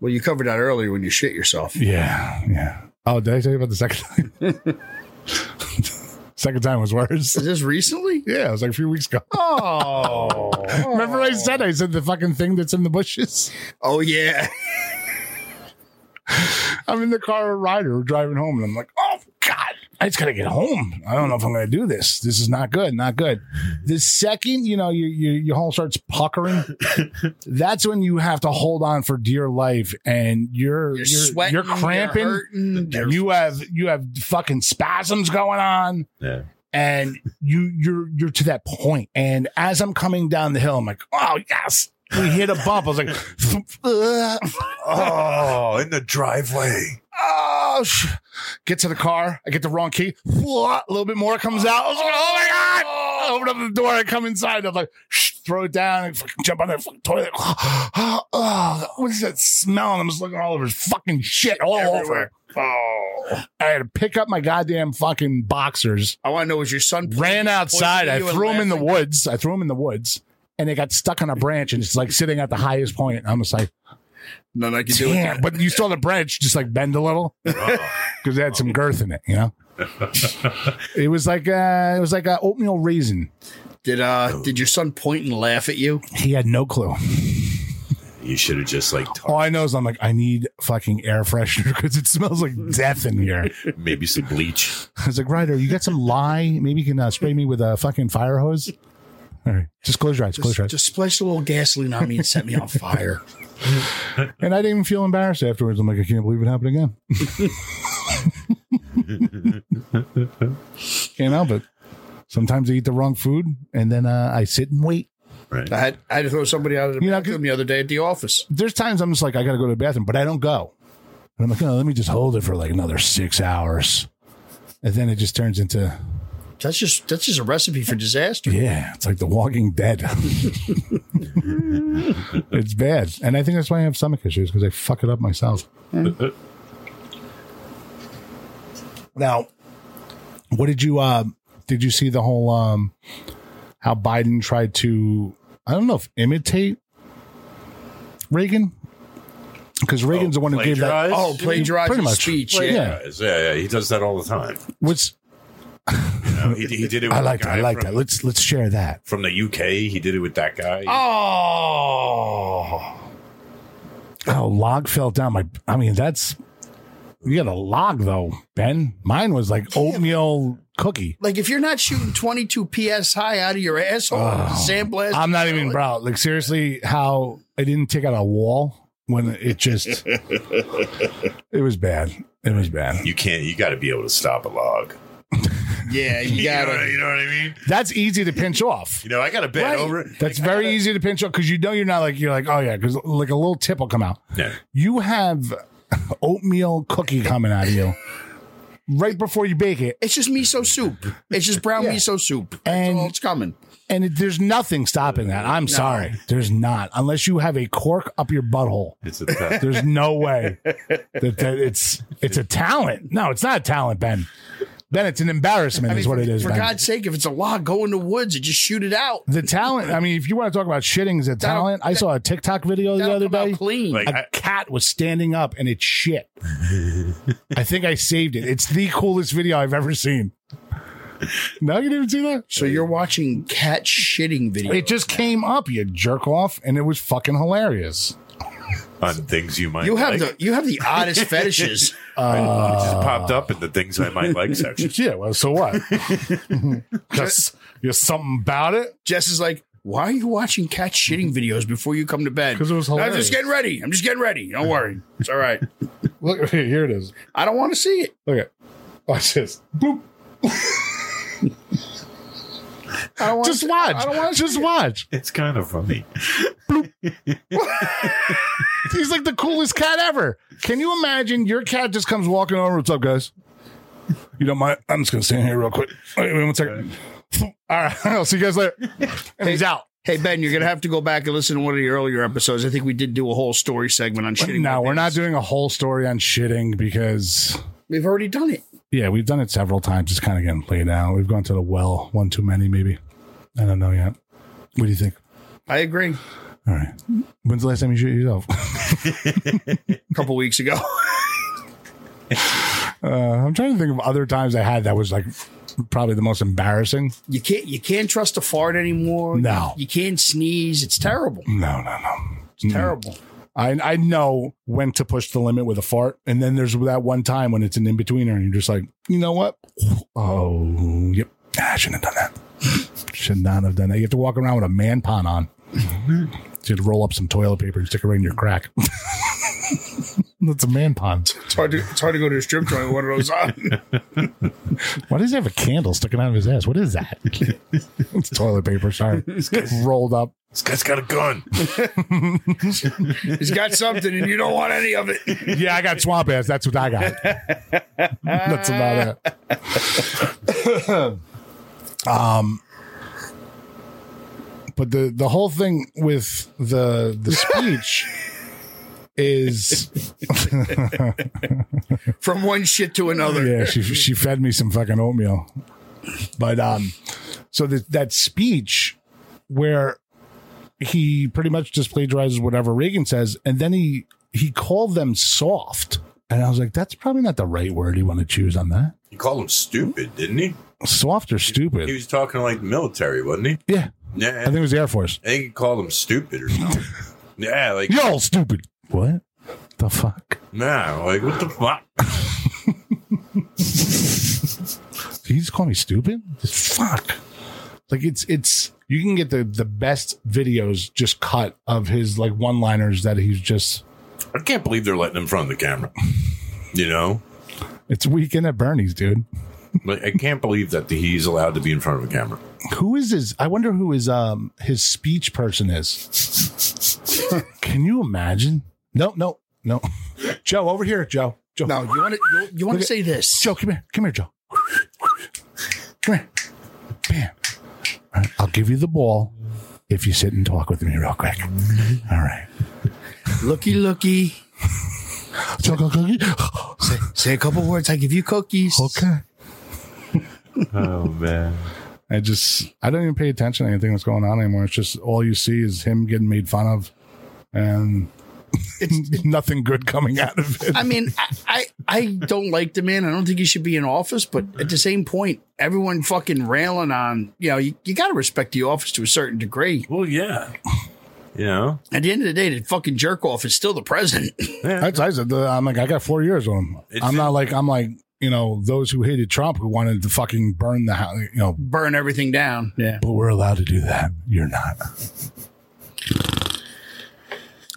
F: Well, you covered that earlier when you shit yourself.
D: Yeah, yeah. Oh, did I tell you about the second time? second time was worse.
F: Is this recently?
D: Yeah, it was like a few weeks ago.
F: Oh,
D: Remember I said I said the fucking thing that's in the bushes.
F: oh yeah.
D: I'm in the car, a rider, we're driving home, and I'm like, oh god, I just gotta get home. I don't know if I'm gonna do this. This is not good, not good. The second you know your your, your home starts puckering, that's when you have to hold on for dear life, and you're you're, you're,
F: You're sweating.
D: cramping.
F: You're hurting, you're-
D: you have you have fucking spasms going on
E: Yeah.
D: and you you're you're to that point. And as I'm coming down the hill, I'm like, oh yes, we hit a bump. I was like, "Ugh."
E: Oh, in the driveway.
D: oh, sh-. get to the car. I get the wrong key. Whoa, A little bit more comes out. I was like, oh my god! I open up the door. I come inside. I'm like, shh, throw it down and fucking jump on that fucking toilet. Oh, what is that smell? And I'm just looking all over fucking shit all over. Oh, I had to pick up my goddamn fucking boxers
F: I want to know was your son
D: ran outside. I
F: You were
D: threw him in the
F: laughing.
D: woods. I threw him in the woods, and it got stuck on a branch, and it's like sitting at the highest point. I'm just like,
F: None I can do.
D: damn!
F: It.
D: But you saw the branch just like bend a little because it had some girth in it. You know, it was like uh, it was like a oatmeal raisin.
F: Did uh did your son point and laugh at you?
D: He had no clue.
E: You should have just like
D: All I know is I'm like, I need fucking air freshener because it smells like death in here.
E: maybe some bleach.
D: I was like, Ryder, you got some lye? Maybe you can uh, spray me with a fucking fire hose. All right, just close your eyes. close your eyes.
F: Just splashed a little gasoline on me and set me on fire.
D: and I didn't even feel embarrassed afterwards. I'm like, I can't believe it happened again. can't help it. Sometimes I eat the wrong food, and then uh, I sit and wait.
E: Right.
F: I had, I had to throw somebody out of the bathroom the other day at the office.
D: There's times I'm just like, I got to go to the bathroom, but I don't go. And I'm like, no, let me just hold it for like another six hours, and then it just turns into
F: That's just that's just a recipe for disaster.
D: Yeah, it's like The Walking Dead. it's bad, and I think that's why I have stomach issues because I fuck it up myself. Now, what did you uh, did you see the whole um, how Biden tried to I don't know if imitate Reagan because Reagan's the one who gave that
E: Plagiarize?
F: Oh, plagiarize
D: Pretty
F: his
D: much.
F: speech,
D: Yeah.
F: yeah.
E: Plagiarize. Yeah, yeah, he does that all the time.
D: What's
E: You know, he, he did it. With
D: I like
E: the
D: that. I
E: guy
D: like
E: from,
D: that. Let's let's share that.
E: from the UK. He did it with that guy.
D: Oh. Oh, log fell down. My, I mean, that's you got a log though, Ben. Mine was like oatmeal cookie.
F: Like if you're not shooting 22 PS high out of your asshole, sandblast.
D: Oh. I'm not even proud. Like seriously, how I didn't take out a wall when it just it was bad. It was bad.
E: You can't. You got to be able to stop a log.
F: Yeah, you
E: You know,
F: gotta.
E: what- you know what I mean?
D: That's easy to pinch off.
E: You know, I got to bend
F: Right.
E: over.
D: That's very easy to pinch off because you know you're not like you're like oh yeah because like a little tip will come out.
E: Yeah.
D: You have oatmeal cookie coming out of you right before you bake it.
F: It's just miso soup. It's just brown miso soup. That's
D: And-
F: all it's coming.
D: And it, there's nothing stopping that. I'm sorry. There's not. Unless you have a cork up your butthole.
E: It's a fact.
D: There's no way that, that it's it's a talent. No, it's not a talent, Ben. Ben, it's an embarrassment, is what it is.
F: For
D: Ben.
F: God's sake, if it's a log, go in the woods and just shoot it out.
D: the talent. I mean, if you want to talk about shitting as a talent, I saw a TikTok video the
F: That'll
D: other
F: come out
D: day.
F: clean.
E: Like,
D: A
E: I,
D: cat was standing up and it shit. I think I saved it. It's the coolest video I've ever seen. No, you didn't see that?
F: so you're watching cat shitting videos.
D: It just came up, you jerk off, and it was fucking hilarious.
E: on things you might
F: you have
E: like.
F: the you have the oddest fetishes.
E: it just
D: Uh.
E: popped up in the things I might like section.
D: Yeah, well, so what? Just you're something about it.
F: Jess is like, why are you watching cat shitting videos before you come to bed?
D: 'Cause it was
F: I'm
D: hilarious.
F: just getting ready. I'm just getting ready. Don't worry. It's all right.
D: Look here, it is.
F: I don't want to see it.
D: Look at, watch this. Boop.
F: I don't want
D: Just watch.
F: I don't want
D: Just watch.
E: It's kind of funny.
D: He's like the coolest cat ever. Can you imagine your cat just comes walking over? What's up, guys? You don't mind? I'm just gonna stand here real quick. Wait, wait one second. All right, I'll see you guys later. And he's out.
F: Hey Ben, you're gonna have to go back and listen to one of the earlier episodes. I think we did do a whole story segment on shitting.
D: No,
F: with
D: we're not
F: babies.
D: doing a whole story on shitting because
F: We've already done it.
D: yeah, we've done it several times. It's kind of getting played out. We've gone to the well one too many, maybe. I don't know yet. What do you think?
F: I agree.
D: All right. When's the last time you shit yourself?
F: A couple weeks ago.
D: Uh, I'm trying to think of other times I had that was like probably the most embarrassing.
F: You can't you can't trust a fart anymore.
D: No.
F: You can't sneeze. It's terrible.
D: No, no, no.
F: It's terrible.
D: I I know when to push the limit with a fart, and then there's that one time when it's an in betweener, and you're just like, you know what? Oh, yep. Ah, I shouldn't have done that. Should not have done that. You have to walk around with a man pond on. You have to roll up some toilet paper and stick it right in your crack. That's a man pond.
F: It's hard to it's hard to go to a strip joint with one of those on.
D: Why does he have a candle sticking out of his ass? What is that? it's toilet paper. Sorry, rolled up.
E: This guy's got a gun.
F: He's got something and you don't want any of it.
D: Yeah, I got swamp ass. That's what I got. That's about it. um, but the the whole thing with the the speech is
F: From one shit to another.
D: yeah she she fed me some fucking oatmeal, but um, so that that speech where he pretty much just plagiarizes whatever Reagan says, and then he he called them soft, and I was like, that's probably not the right word you want to choose on that.
E: You called him stupid, didn't he?
D: soft or stupid.
E: He was talking like the military, wasn't he?
D: Yeah.
E: Yeah.
D: I think it was the Air Force.
E: I think he called him stupid or something. yeah, like
D: Y'all stupid. What the fuck?
E: nah, like what the fuck?
D: He just called me stupid. Fuck. Like it's it's you can get the the best videos just cut of his like one liners that he's just
E: I can't believe they're letting him in front of the camera. You know,
D: it's weekend at Bernie's, dude.
E: like I can't believe that he's allowed to be in front of a camera.
D: Who is his? I wonder who his um his speech person is. Can you imagine? No, no, no. Joe, over here, Joe. Joe.
F: No, you want to you, you want to say this?
D: Joe, come here, come here, Joe. Come here. Bam. All right, I'll give you the ball if you sit and talk with me real quick. All right.
F: Looky, looky.
D: Chocolate cookie.
F: say, say a couple words. I give you cookies.
D: Okay.
E: Oh man.
D: I just I don't even pay attention to anything that's going on anymore. It's just all you see is him getting made fun of and nothing good coming out of it.
F: I mean, I, I I don't like the man. I don't think he should be in office, but at the same point, everyone fucking railing on, you know, you, you got to respect the office to a certain degree.
E: Well, yeah. You know,
F: At the end of the day, the fucking jerk off is still the president.
D: That's I said. I'm like, I got four years on him.
E: It's-
D: I'm not like I'm like you know those who hated Trump who wanted to fucking burn the house. You know,
F: Burn everything down. Yeah.
D: but we're allowed to do that. You're not.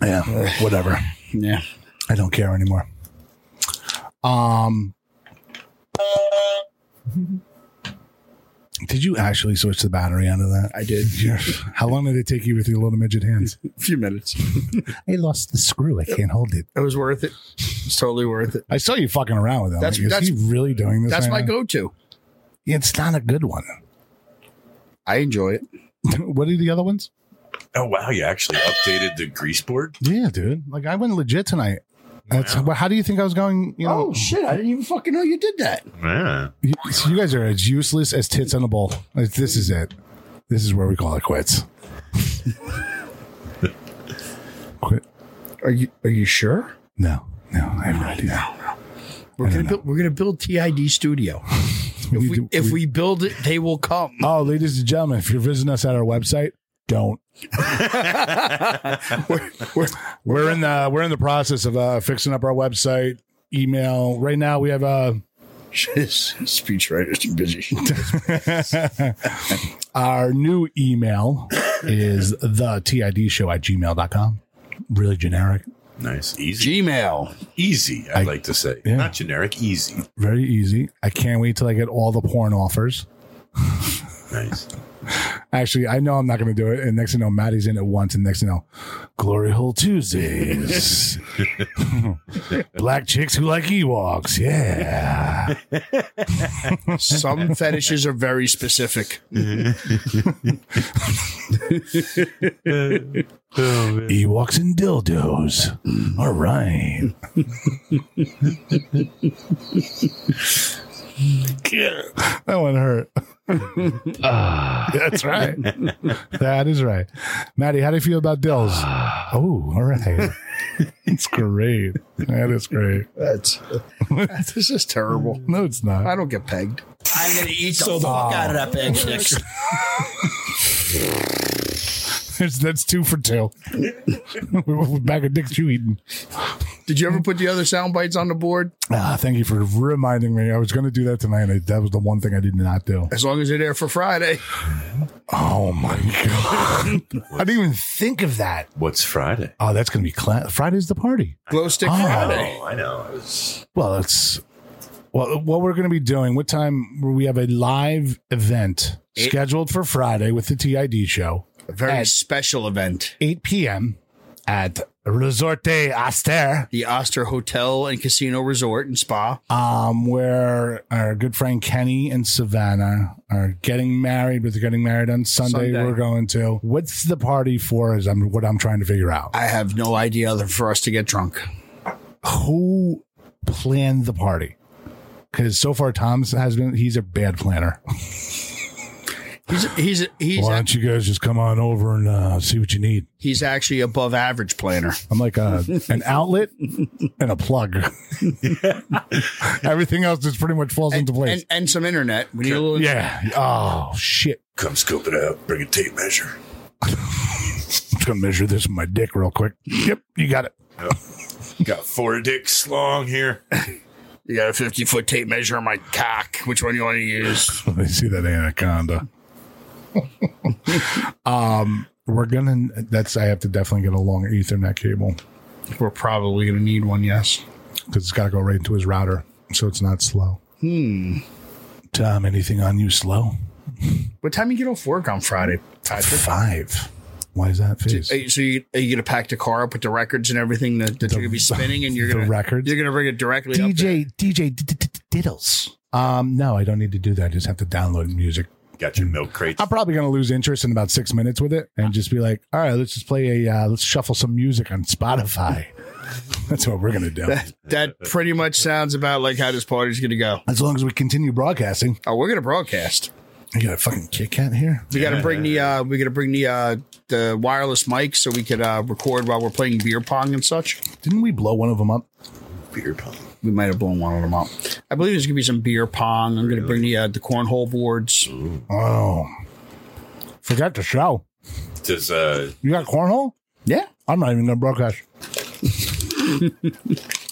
D: Yeah, whatever.
F: Yeah.
D: I don't care anymore. Um, did you actually switch the battery out of that?
F: I did.
D: You're- how long did it take you with your little midget hands?
F: A few minutes.
D: I lost the screw. I can't hold it.
F: It was worth it. It's totally worth it.
D: I saw you fucking around with them.
F: That's-
D: That's, like,
F: that's-
D: is he really doing this?
F: That's
D: right
F: my
D: now?
F: go to.
D: It's not a good one.
F: I enjoy it.
D: what are the other ones?
E: oh wow, you actually updated the grease board.
D: Yeah, dude. Like I went legit tonight. That's well, how do you think I was going? You know,
F: Oh, shit. I didn't even fucking know you did that.
E: Yeah,
D: you, so you guys are as useless as tits on a bowl. Like, this is it. This is where we call it quits. Quit.
F: Are you Are you sure? Oh,
D: No, no, I have no idea.
F: We're gonna
D: don't
F: build, we're gonna build TID Studio.
D: We
F: If
D: need
F: we,
D: to-
F: if
D: we-
F: we build it, they will come.
D: oh, ladies and gentlemen, if you're visiting us at our website, don't.
F: We're- we're-
D: We're in the we're in the process of uh, fixing up our website email. Right now, we have uh,
F: Speechwriter's too busy.
D: Our new email is the TID show at gmail.com. Really generic.
E: nice, easy,
F: Gmail.
E: easy. I'd like to say,
D: yeah.
E: not generic, easy.
D: Very easy. I can't wait till I get all the porn offers.
E: Nice.
D: Actually, I know I'm not going to do it. And next thing you know, Maddie's in it once. And next thing you know, Glory Hole Tuesdays. Black chicks who like Ewoks. Yeah.
F: Some fetishes are very specific.
D: Ewoks and dildos. All right. That one hurt. That's right. That is right. Maddie, how do you feel about Dills? oh, all right. It's great. That is great.
F: That's this is terrible.
D: No, it's not.
F: I don't get pegged.
B: I'm gonna eat the fuck out of that bag next.
D: That's, that's two for two. We're back at Dick's Chew Eating.
F: Did you ever put the other sound bites on the board?
D: Ah, thank you for reminding me. I was going to do that tonight. and that was the one thing I did not do.
F: As long as they're there for Friday.
D: Oh my god! I didn't even think of that.
E: What's Friday?
D: Oh, that's going to be cla- Friday's the party.
F: Glow stick
D: Oh.
F: Friday.
E: Oh, I know. I was
D: Well, that's well. What we're going to be doing? What time? We have a live event scheduled for Friday with the TID show,
F: A very
D: Ed.
F: special event.
D: eight p.m. at Resorte Aster,
F: The Oster Hotel and Casino Resort and Spa.
D: um, where our good friend Kenny and Savannah are getting married. But they're getting married on Sunday.
F: Sunday.
D: We're going to. What's the party for? Is I'm what I'm trying to figure out.
F: I have no idea other for us to get drunk.
D: who planned the party? Because so far, Tom's has been, he's a bad planner.
F: He's he's he's
D: Why don't you guys just come on over and uh, see what you need?
F: he's actually above average planner.
D: I'm like a, an outlet and a plug. Everything else just pretty much falls into place.
F: And and some internet. We need a little
D: yeah. Oh shit.
E: Come scope it out. Bring a tape measure.
D: I'm just gonna measure this with my dick real quick. Yep, you got it.
E: Got four dicks long here.
F: You got a fifty foot tape measure on my cock. Which one you want to use?
D: Let me see that anaconda. um, we're gonna. That's. I have to definitely get a long Ethernet cable
F: We're probably gonna need one. Yes.
D: because it's got to go right into his router, so it's not slow.
F: Hmm.
D: Tom, anything on you slow?
F: What time you get off work on Friday? Five.
D: Five. Why is that face?
F: Hey, So you are you gonna pack the car up with the records and everything that, that you're gonna be spinning, and you're
D: the
F: gonna
D: records?
F: You're gonna bring it directly up. there.
D: DJ DJ d- d- d- Diddles. Um, no, I don't need to do that. I just have to download music.
E: Got your milk crate.
D: I'm probably going to lose interest in about six minutes with it, and just be like, "All right, let's just play a uh, let's shuffle some music on Spotify." That's what we're going to do.
F: That, that pretty much sounds about like how this party's gonna go.
D: As long as we continue broadcasting,
F: Oh, we're gonna broadcast.
D: you got a fucking Kit Kat here.
F: We gotta bring the uh, we gotta bring the uh, the wireless mic so we could uh, record while we're playing beer pong and such.
D: Didn't we blow one of them up?
E: Beer pong.
F: We might have blown one of them up. I believe there's gonna be some beer pong. I'm gonna bring the uh, the cornhole boards.
D: Oh, forgot the show.
E: Does uh,
D: You got cornhole?
F: Yeah,
D: I'm not even going to broadcast.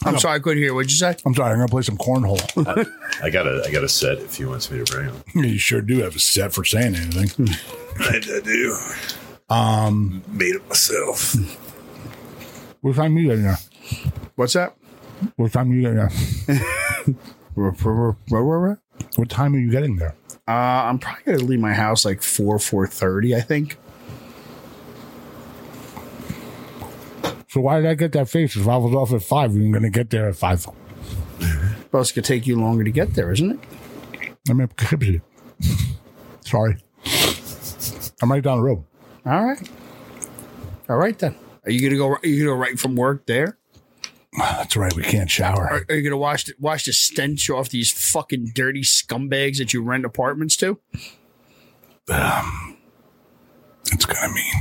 F: I'm sorry I couldn't hear. What'd you say?
D: I'm sorry. I'm going to play some cornhole.
E: I got a I got a set if he wants me to bring him.
D: you sure do have a set for saying anything.
E: I, I do. Um, made it myself.
D: what time you getting there?
F: What's that?
D: What time you getting there?
F: Uh,
D: What time are you getting there?
F: I'm probably gonna leave my house like four four thirty. I think.
D: So why did I get that face? If I was off at five, you were going to get there at five.
F: Well, it's gonna take you longer to get there, isn't it?
D: I'm in Poughkeepsie. Sorry. I'm right down the road.
F: All right. All right then. Are you gonna go? Are you gonna go right from work there?
D: That's right. We can't shower.
F: Are, are you gonna wash the, wash the stench off these fucking dirty scumbags that you rent apartments to?
D: Um, It's kind of mean.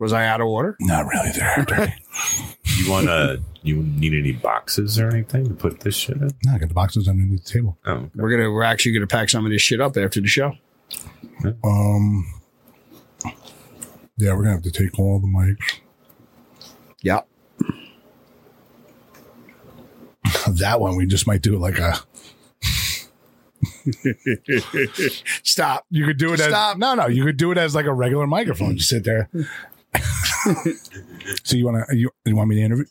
F: Was I out of order?
D: Not really there. Dirty.
E: You want to? You need any boxes or anything to put this shit in?
D: no, I got the boxes underneath the table.
E: Oh,
F: We're gonna we're actually gonna pack some of this shit up after the show.
D: Um. Yeah, we're gonna have to take all the mics.
F: Yeah.
D: That one we just might do like a.
F: Stop.
D: You could do it as
F: Stop.
D: no, no. You could do it as like a regular microphone. Just sit there. so you want to you, you want me to interview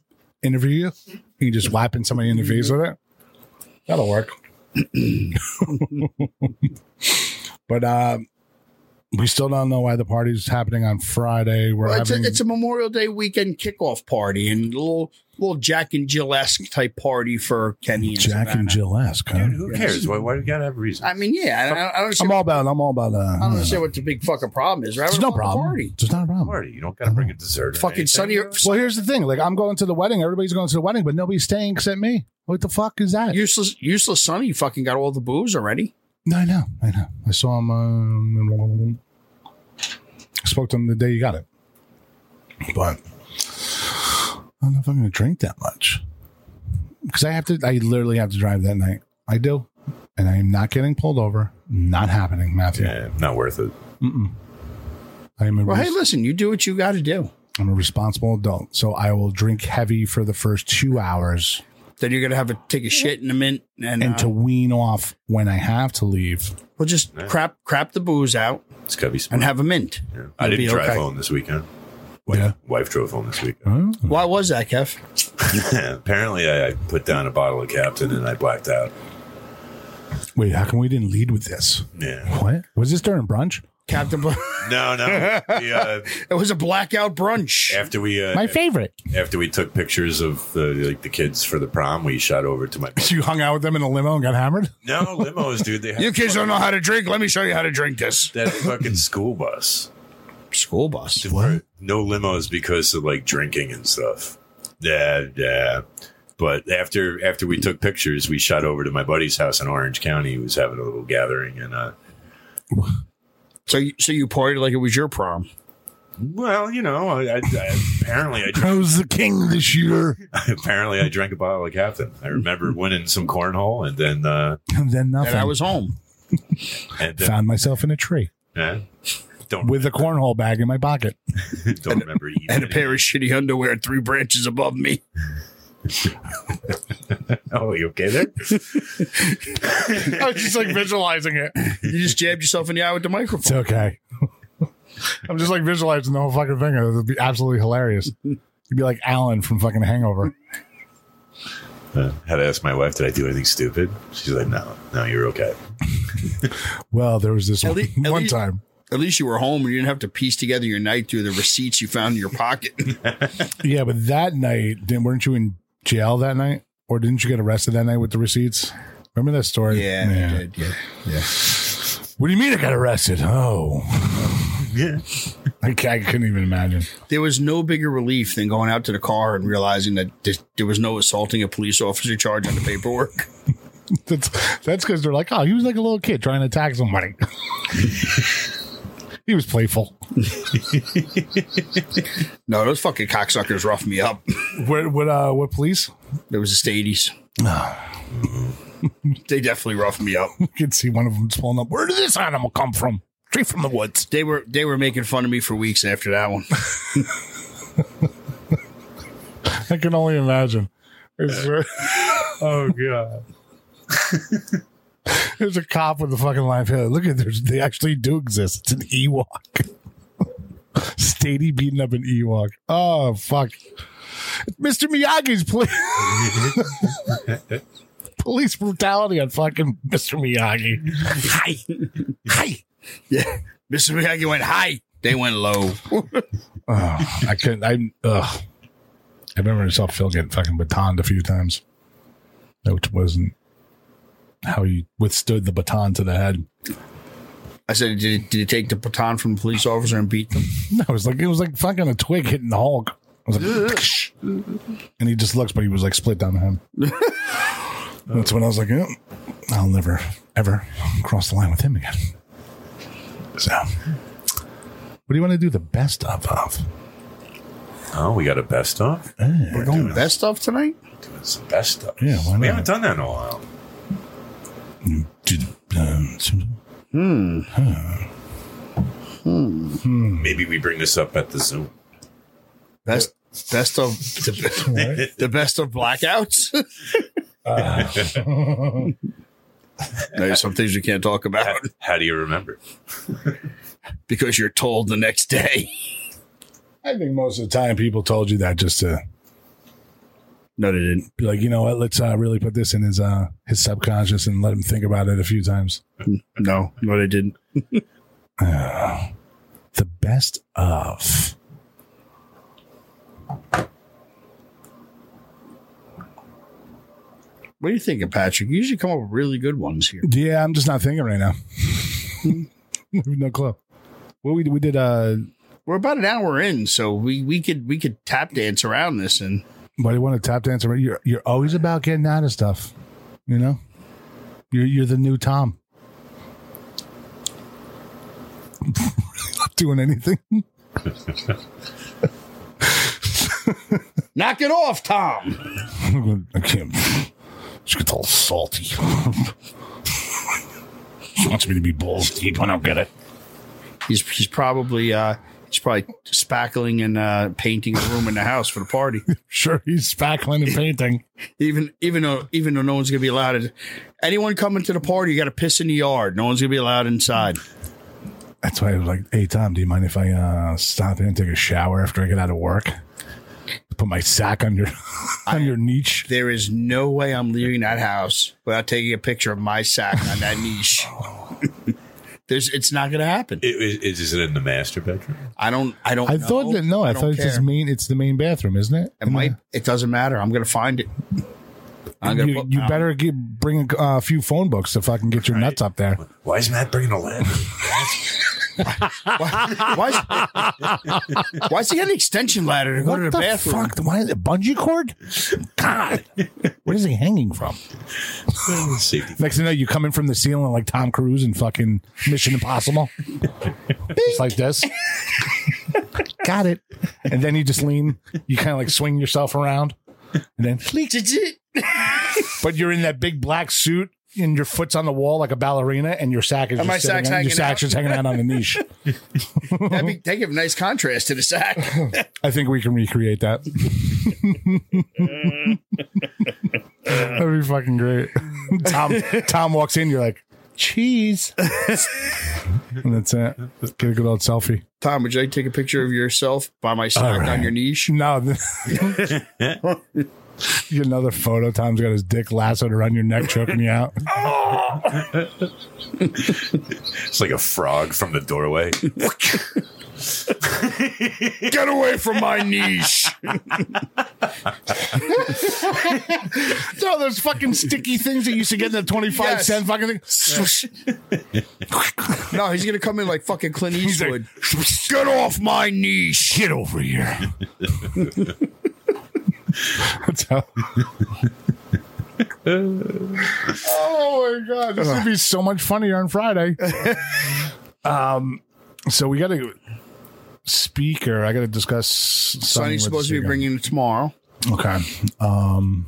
D: interview you? You can just whapping somebody in the face with it. That'll work. but um, we still don't know why the party's happening on Friday. We're
F: Well, it's,
D: having
F: a, it's a Memorial Day weekend kickoff party and a little little Jack and Jill esque type party for Kenny and
D: Jack and
F: Savannah.
D: Jill esque. Huh?
E: who cares? Why? Why do you gotta have a reason?
F: I mean, yeah, I, I- I don't
D: I'm
F: understand.
D: all about. I'm all about. Uh,
F: I don't understand what the big fucking problem is. Right?
D: There's no problem.
F: Party.
D: There's not a problem.
E: party. You don't gotta bring a dessert. or
F: Fucking
E: anything.
F: Sonny.
D: Well, here's the thing. Like, I'm going to the wedding. Everybody's going to the wedding, but nobody's staying except me. What the fuck is that?
F: Useless, useless Sonny fucking got all the booze already.
D: no, I know. I know. I saw him. Um, I spoke to him the day you got it. But I don't know if I'm going to drink that much because I have to. I literally have to drive that night. I do, and I am not getting pulled over. Not happening, Matthew.
E: Yeah, not worth it.
D: I am a
F: Well,
D: res-
F: hey, listen, you do what you got to do.
D: I'm a responsible adult, so I will drink heavy for the first two hours.
F: Then you're gonna have to take a shit in a minute, and,
D: and
F: uh,
D: to wean off when I have to leave.
F: we'll just crap crap the booze out
E: It's gotta be.
F: and
E: Smart.
F: have a mint.
E: Yeah. I
F: It'll
E: didn't
F: be
E: drive
F: okay.
E: home this weekend.
D: Yeah.
E: Wife drove home this weekend.
D: Oh.
F: Why was that, Kev? Uh-huh.
E: Apparently, I, I put down a bottle of Captain and I blacked out.
D: Wait, how come we didn't lead with this?
E: Yeah.
D: What was this during brunch?
F: Captain, Bl-
E: No, no. We, uh,
F: it was a blackout brunch.
E: after we uh,
D: My favorite.
E: after we took pictures of the like the kids for the prom, we shot over to my
D: You hung out with them in a limo and got hammered.
E: no limos, dude. They had
F: You kids don't know how to drink. Let me show you how to drink this.
E: that fucking school bus.
F: School bus.
D: What?
E: No limos because of like drinking and stuff. Yeah, yeah. But after after we took pictures, we shot over to my buddy's house in Orange County. He was having a little gathering, and uh,
F: So, you, so you partied like it was your prom.
E: Well, you know, I, I, I apparently I
D: I was the king this year.
E: apparently I drank a bottle of Captain. I remember winning some cornhole and then uh,
D: And then nothing.
F: And I was home.
E: and then,
D: Found myself in a tree
E: yeah, don't
D: with a cornhole bag in my pocket.
E: don't remember eating
F: And a pair of shitty underwear, three branches above me.
E: it. Oh, you okay there?
F: I was just like visualizing it. You just jabbed yourself in the eye with the
D: It's
F: microphone.
D: okay. I'm just like visualizing the whole fucking thing. It would be absolutely hilarious. You'd be like Alan from fucking Hangover.
E: Uh, had to ask my wife, did I do anything stupid? She's like, no, no, you're okay.
D: Well, there was this
F: At
D: one,
F: lea- at
D: one
F: lea-
D: time.
F: At least you were home and you didn't have to piece together your night through the receipts you found in your pocket.
D: Yeah, but that night, then weren't you in jail that night, or didn't you get arrested that night with the receipts? Remember that story?
F: Yeah, I did. Yeah.
D: What do you mean I got arrested? Oh,
E: Yeah.
D: I, ca- I couldn't even imagine.
F: There was no bigger relief than going out to the car and realizing that th- there was no assaulting a police officer charge on the paperwork.
D: That's that's because they're like, oh, he was like a little kid trying to attack somebody. he was playful.
F: No, those fucking cocksuckers roughed me up.
D: What what uh what police?
F: There was the Stadies. they definitely roughed me up.
D: You could see one of them pulling up. Where did this animal come from? Straight from the woods.
F: They were they were making fun of me for weeks after that one.
D: I can only imagine. It's- oh god. There's a cop with a fucking live head. Look at there's they actually do exist. It's an Ewok. Stady beating up an Ewok. Oh fuck. Mr. Miyagi's police police brutality on fucking Mr. Miyagi.
F: Hi. Hi. Yeah. Mr. Miyagi went high. They went low.
D: Oh, I couldn't I ugh. I remember I saw Phil getting fucking batoned a few times. Which wasn't how he withstood the baton to the head.
F: I said, did it, did it take the baton from the police officer and beat them?
D: No, it was like it was like fucking a twig hitting the Hulk. I was like, "Psh." and he just looks, but he was like split down the head. That's when I was like, yeah, I'll never ever cross the line with him again. So, what do you want to do the best of? of?
E: Oh, we got a best of.
F: We're going best stuff tonight?
E: Doing some best of.
D: Yeah, why
E: we
D: not?
E: haven't done that in a while.
D: Do the- um,
E: Maybe we bring this up at the Zoom.
F: Best best of the, the best of blackouts. There's some things you can't talk
E: How,
F: about
E: how do you remember?
F: because you're told the next day.
D: I think most of the time people told you that just to
F: No, they didn't.
D: be like, you know what? Let's uh, really put this in his uh, his subconscious and let him think about it a few times.
F: No, no, they didn't.
D: the best of.
F: What do you think of Patrick? You usually come up with really good ones here.
D: Yeah, I'm just not thinking right now. Hmm. no clue. Well, we we did. Uh,
F: We're about an hour in, so we we could we could tap dance around this and
D: but you want to tap dance? around- You're you're always about getting out of stuff. You know, you're you're the new Tom. not doing anything.
F: knock it off, Tom.
D: I can't. She gets all salty. she wants me to be balls deep. I don't get it.
F: He's he's probably uh he's probably spackling and uh painting a room in the house for the party.
D: Sure, he's spackling and painting.
F: Even even though even though no one's gonna be allowed to, anyone coming to the party, you gotta piss in the yard. No one's gonna be allowed inside.
D: That's why I was like, "Hey Tom, do you mind if I uh, stop in and take a shower after I get out of work? Put my sack on your on your niche."
F: There is no way I'm leaving that house without taking a picture of my sack on that niche. There's it's not gonna happen.
E: It, it, is, is it in the master bedroom?
F: I don't I don't
D: I
F: know.
D: thought that no, I,
F: don't
D: thought it's his
F: care.
D: main. It's the main bathroom, isn't it?
F: It might it doesn't matter. I'm gonna find it. I'm gonna
D: you,
F: put-
D: you
F: I'm-
D: better get, bring a uh, few phone books to fucking get your nuts up there.
E: Why is Matt bringing a lamp?
F: Why, why, why is he got an extension ladder to go
D: What
F: to the,
D: the
F: bathroom?
D: fuck? Why is it bungee cord? God, where is he hanging from?
E: Safety.
D: Next thing you know, you come in from the ceiling like Tom Cruise in fucking Mission Impossible, just like this. Got it. And then you just lean. You kind of like swing yourself around, and then but you're in that big black suit. And your foot's on the wall like a ballerina, and your sack is
F: And
D: just
F: my
D: sitting
F: sack's
D: on- your
F: hanging
D: sack's
F: out.
D: just hanging out on the niche.
F: That'd be, they give nice contrast to the sack.
D: I think we can recreate that. That'd be fucking great. Tom Tom walks in, you're like, cheese. and that's it. Get a good old selfie.
F: Tom, would you like to take a picture of yourself by my
D: All
F: sock
D: right.
F: on your niche?
D: No. Get another photo. Tom's got his dick lassoed around your neck, choking you out.
E: It's like a frog from the doorway.
F: Get away from my niche.
D: No, those fucking sticky things that you used to get in the 25
F: Yes.
D: cent fucking thing.
F: No, he's gonna come in like fucking Clint Eastwood. Get off my niche.
D: Get over here. That's how- oh my god, this would be so much funnier on Friday. um, so we got a speaker. I got to discuss.
F: Sonny's supposed to be bringing it tomorrow.
D: Okay. Um,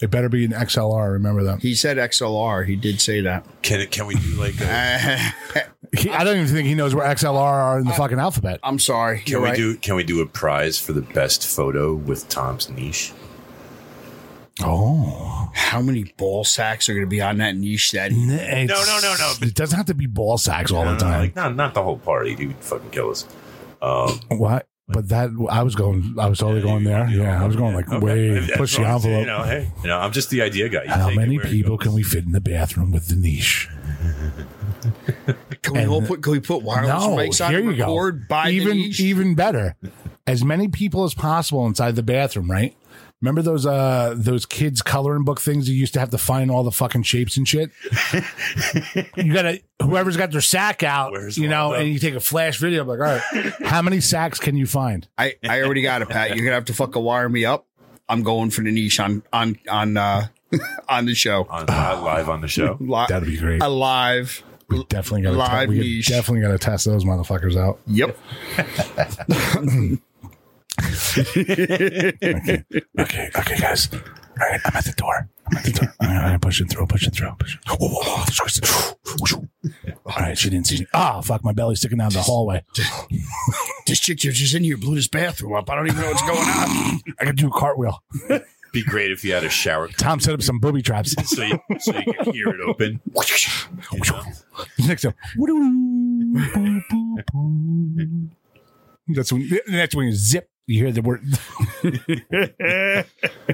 D: it better be an XLR. Remember that.
F: He said XLR. He did say that.
E: Can it? Can we do like?
F: Ah,
E: A,
D: He, I don't even think he knows where XLR are in the fucking alphabet.
F: I'm sorry.
E: can
F: You're
E: we
F: right.
E: do? Can we do a prize for the best photo with Tom's niche?
D: Oh
F: How many ball sacks are gonna be on that niche? That
D: no,
E: no, no, no.
D: It doesn't have to be ball sacks all
E: No,
D: the
E: no, no,
D: time.
E: like, Uh, not not the whole party. Dude, fucking kill us. Um,
D: What? But that I was going, I was totally going there. Yeah, I was going like
E: okay.
D: way
E: That's
D: push the
E: what I'm
D: envelope.
E: saying, You know, hey, you know, I'm just the idea guy. You
D: How
E: take it
D: many
E: where it
D: people
E: goes.
D: can we fit in the bathroom with the niche?
F: can we all put? Can we put wireless
D: No,
F: mics on?
D: here
F: and
D: you go.
F: record By the
D: even e-
F: niche?
D: even better, as many people as possible inside the bathroom. Right? Remember those uh those kids coloring book things you used to have to find all the fucking shapes and shit. you gotta whoever's got their sack out,
E: Where's
D: you
E: one
D: know,
E: of
D: and
E: them?
D: you take a flash video. I'm like, all right, how many sacks can you find?
F: I, I already got it, Pat. You're gonna have to fucking wire me up. I'm going for the niche on on on uh on the show.
E: on,
D: Ah.
E: uh, live on the show?
F: Li-
D: That'd be great.
F: Alive.
D: We definitely got to
F: Live
D: we
F: niche.
D: definitely got to test those motherfuckers out.
F: Yep.
D: Okay, okay, guys. All right, I'm at the door. I'm at the door. All right, I'm pushing through, pushing through, pushing. Oh, oh, oh, this was- All right, she didn't see me. Ah, fuck, my belly's sticking out of the hallway.
F: This chick you're just in here blew this bathroom up. I don't even know what's going on.
D: I could do a cartwheel.
E: Be great if you had a shower curtain
D: Tom set up some booby traps.
E: so you, so you could hear it open. you know?
D: Next up. That's when that's when you zip. You hear the word.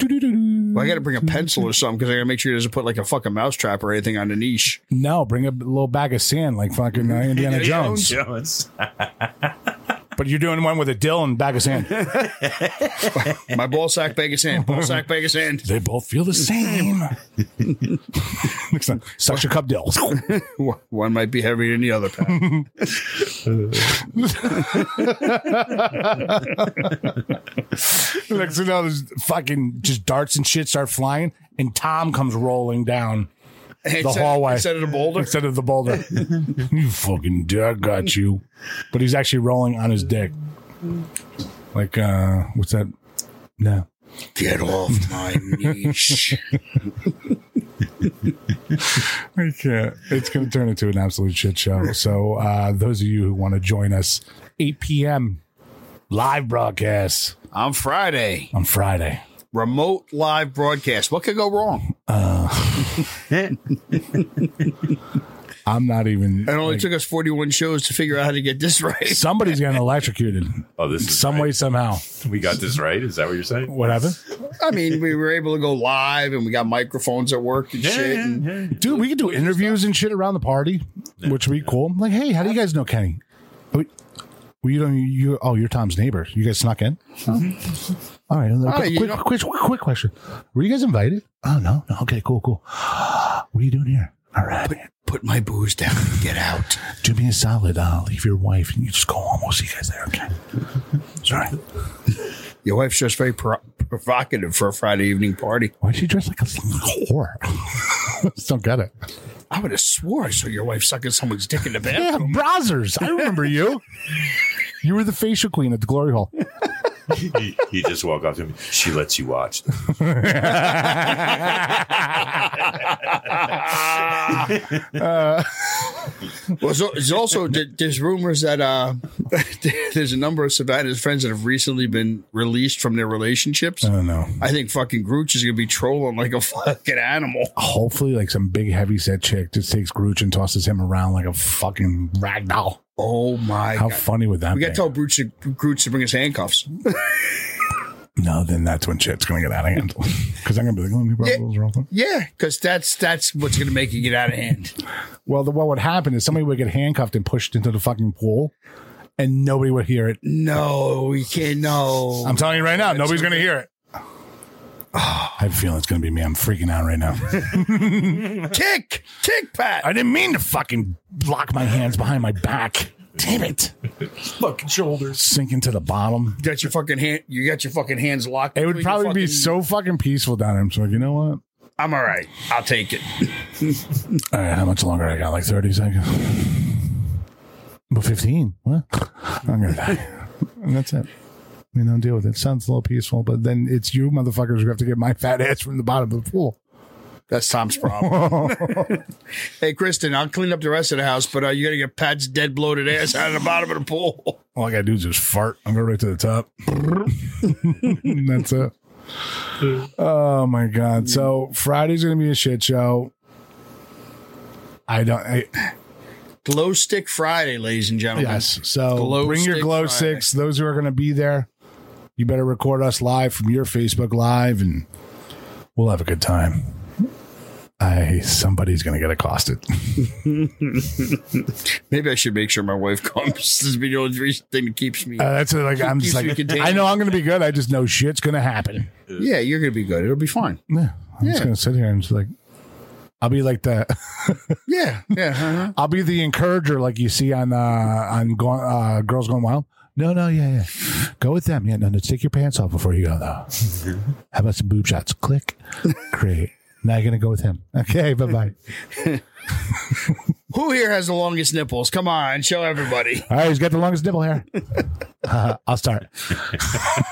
F: Well, I got to bring a pencil or something because I got to make sure he doesn't put like a fucking mousetrap or anything on the niche.
D: No, bring a little bag of sand like fucking uh, Indiana Jones.
E: Jones.
D: But you're doing one with a dill and bag of sand.
F: My ball sack bag is in. Ball sack bag is in.
D: They both feel the same. Next time, such a cup dill.
F: One might be heavier than the other. Pat.
D: Next thing you know, there's fucking just darts and shit start flying, and Tom comes rolling down the
F: Instead-
D: hallway
F: Instead of the boulder.
D: Instead of the boulder, you fucking dog got you. But he's actually rolling on his dick. Like, uh, what's that? No.
F: Get off my niche.
D: I can't. It's going to turn into an absolute shit show. So, uh, those of you who want to join us, 8 p.m. live broadcast
F: on Friday,
D: on Friday.
F: remote live broadcast. What could go wrong?
D: I'm not even.
F: It only
D: like,
F: took us 41 shows to figure out how to get this right.
D: somebody's getting electrocuted.
E: Oh, this is
D: Some
E: right.
D: way, somehow.
E: We got this right. Is that what you're saying?
D: What happened?
F: I mean, we were able to go live and we got microphones at work and shit. and
D: Dude, we could do interviews and shit around the party, which would be cool. Like, hey, how do you guys know Kenny? Oh, we- Well, you don't, you, oh, you're Tom's neighbor. You guys snuck in?
E: Mm-hmm.
D: All right.
E: Ah,
F: Oh,
D: quick,
F: you
D: quick,
F: know-
D: quick, quick question. Were you guys invited? Oh, no. no. Okay, cool, cool. What are you doing here?
L: All right. Put,
F: put my booze down and get out.
L: Do me a solid.
D: uh,
L: I'll leave your wife and you just go home. We'll see you guys there. Okay. Sorry.
F: Your wife's just very pro- provocative for a Friday evening party.
D: Why'd she dress like a whore? Just don't get it.
F: I would have swore I saw your wife sucking someone's dick in the
D: Yeah,
F: bathroom.
D: Brazzers. I remember you. You were the facial queen at the glory hole.
E: he, he just walked up to me. She lets you watch.
F: Uh, well, so, there's also there- there's rumors that uh, there's a number of Savannah's friends that have recently been released from their relationships. I
D: don't know.
F: I think fucking Grooch is gonna be trolling like a fucking animal.
D: Hopefully, like some big heavy set chick just takes Grooch and tosses him around like a fucking rag doll.
F: Oh my!
D: How funny would that
F: we
D: be?
F: gotta tell Grooch to, Grooch to bring his handcuffs.
D: no, then that's when shit's gonna get out of hand. Because I'm gonna be like, let me borrow those real quick.
F: yeah, because that's that's what's gonna make you get out of hand.
D: Well, the, what would happen is somebody would get handcuffed and pushed into the fucking pool, and nobody would hear it.
F: No, we can't. No,
D: I'm telling you right now, nobody's gonna hear it. I have a feeling it's gonna be me. I'm freaking out right now.
F: kick, kick, Pat.
D: I didn't mean to fucking lock my hands behind my back. Damn it!
L: Fucking shoulders
D: sink into the bottom.
F: Got your fucking hand. You got your fucking hands locked.
D: It would
F: between your
D: probably be
F: fucking-
D: so fucking peaceful down there. I'm just like, you know what?
F: I'm all right. I'll take it.
D: All right, how much longer I got? Like 30 seconds. But 15. What? I'm gonna die. and that's it. I mean, don't deal with it. Sounds a little peaceful, but then it's you motherfuckers who have to get my fat ass from the bottom of the pool.
F: That's Tom's problem. hey, Kristen, I'll clean up the rest of the house, but uh, you got to get Pat's dead bloated ass out of the bottom of the pool.
D: All I gotta do is just fart. I'm going right to the top. And that's it. Oh my god. So Friday's gonna be a shit show. I don't I
F: Glow Stick Friday, ladies and gentlemen.
D: Yes. So
F: Glow
D: bring your
F: Stick
D: glow
F: Friday.
D: sticks. Those who are going to be there, you better record us live from your Facebook Live, and we'll have a good time. I somebody's going to get accosted.
F: Maybe I should make sure my wife comes. This is the only thing that keeps me.
D: Uh, that's it, like I'm just
F: Keeps me
D: like
F: contained.
D: I know I'm going to be good. I just know shit's going to happen.
F: Yeah, you're going to be good. It'll be fine.
D: Yeah, I'm just
F: Yeah.
D: going to sit here and just like I'll be like that.
F: Yeah, yeah. uh-huh.
D: I'll be the encourager, like you see on uh, on go- uh, Girls Gone Wild. No, no, yeah, yeah. Go with them. Yeah, no, no. Take your pants off before you go, though. How about some boob shots? Click. Great. Now you're gonna go with him. Okay. Bye bye.
F: Who here has the longest nipples? Come on, show everybody.
D: All right. He's got the longest nipple hair. Uh, I'll start.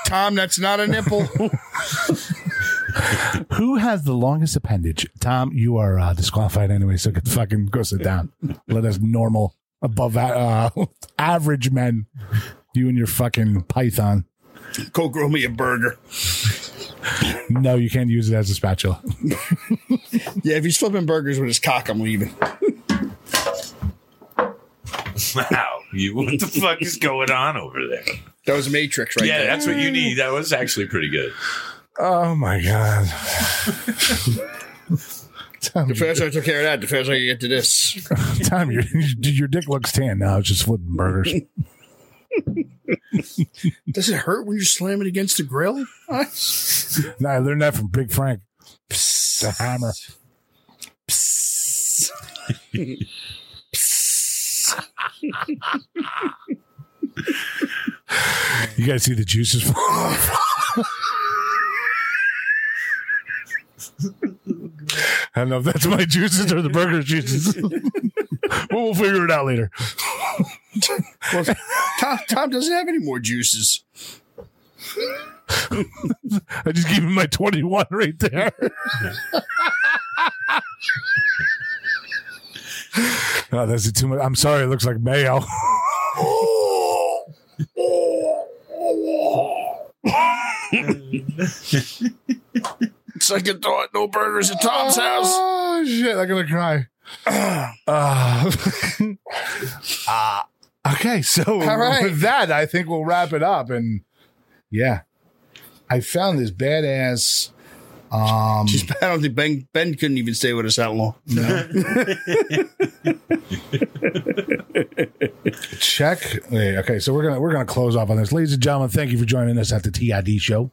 F: Tom, that's not a nipple.
D: Who has the longest appendage? Tom, you are uh, disqualified anyway, so get fucking go sit down. Let us normal, above a- uh, average men. You and your fucking python.
F: Go grow me a burger.
D: No, you can't use it as a spatula.
F: Yeah, if he's flipping burgers with his cock, I'm leaving.
E: Wow, you what the fuck is going on over there?
F: That was Matrix right
E: yeah,
F: there.
E: that's what you need. That was actually pretty good.
D: Oh my god. Tom,
F: The faster I took care of that, the faster I could get to this.
D: Tom your, your dick looks tan now. It's just flipping burgers.
F: Does it hurt when you slam it against the grill?
D: no, I learned that from Big Frank. The hammer. You guys see the juices fall. I don't know if that's my juices or the burger juices. but we'll figure it out later.
F: Well, Tom, Tom doesn't have any more juices.
D: I just gave him my 21 right there. oh, that's too much. I'm sorry. It looks like mayo.
F: Second thought, no burgers at Tom's house.
D: Oh, shit. I'm going to cry. Uh, uh, okay. So,
F: All right.
D: with that, I think we'll wrap it up. And yeah, I found this badass. Um,
F: She's I don't think Ben Ben couldn't even stay with us that long.
D: check. Wait, okay, so we're gonna we're gonna close off on this, ladies and gentlemen. Thank you for joining us at the TID show.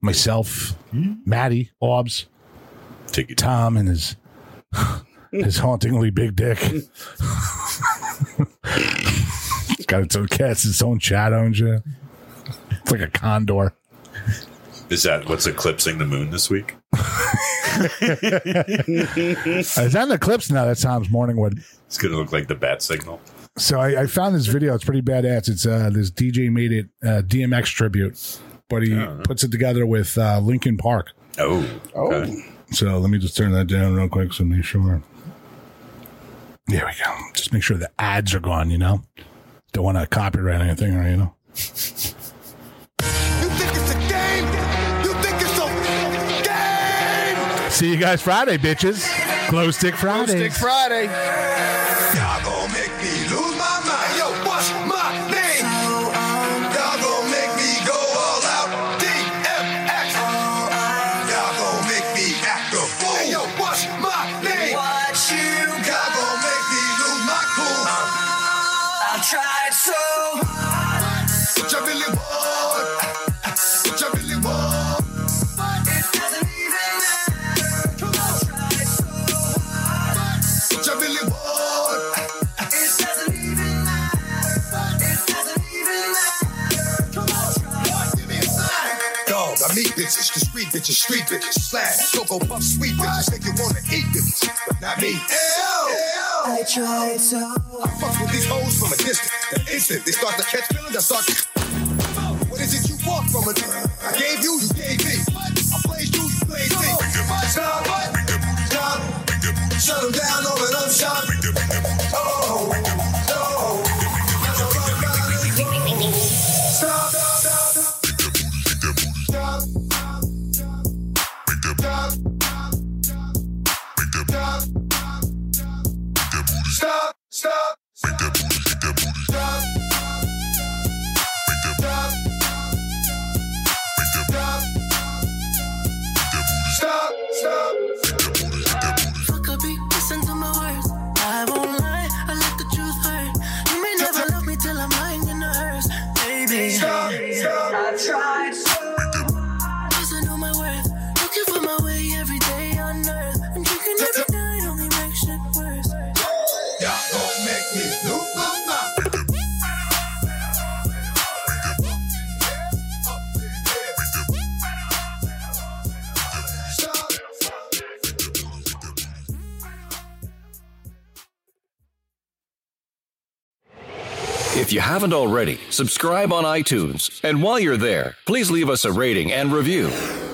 D: Myself, Maddie, Orbs,
E: Take it.
D: Tom, and his His hauntingly big dick. it's got its own cast its own shadow and shit. It's like a condor.
E: Is that what's eclipsing the moon this week?
D: Is that an eclipse? No, that's Tom's Morningwood.
E: It's going to look like the bat signal.
D: So I, I found this video. It's pretty badass. It's uh, this DJ made it uh, DMX tribute, but he puts it together with uh, Linkin Park.
E: Oh.
D: So let me just turn that down real quick so make sure. There we go. Just make sure the ads are gone, you know? Don't want to copyright anything or, you know? See you guys Friday, bitches. Glow Stick Friday.
F: Stick Friday.
I: Y'all gonna make me lose my mind. Yo, what's my name? Y'all gonna make me go all out. DMX. Y'all gonna make me act a fool. Hey, yo, what's my name? What you Y'all gonna make me lose my cool. Uh, I tried so hard. What you really want? What you really want? It doesn't even matter. Come on. I tried so hard. What you really want? It doesn't even matter. It doesn't even matter. Come on, try. Give me a sign.
B: Dog, I meet bitches, the street bitches, street bitches, slap, go go puff, sweet bitches, make you wanna eat bitches, but not me. I tried so I fuck with these hoes from a distance. The instant they start to catch feelings, I start. What is it you want from it? I gave you, you gave me. I played you, you played me. Stop, what? Stop. Shut 'em down on an upshot. Oh, no. Stop, stop, stop. Stop. Stop. Stop. Stop. Stop. Stop. Stop.
H: Fuck up, be- listen to my words. I won't lie, I let the truth hurt. You may never love me till I'm lying in the earth, baby.
I: Stop, stop.
H: I tried so hard. Doesn't know my worth. Looking for my way every day on earth. I'm drinking every night, only makes shit worse.
I: Y'all gon' make me lose my mind.
J: If you haven't already, subscribe on iTunes. And while you're there, please leave us a rating and review.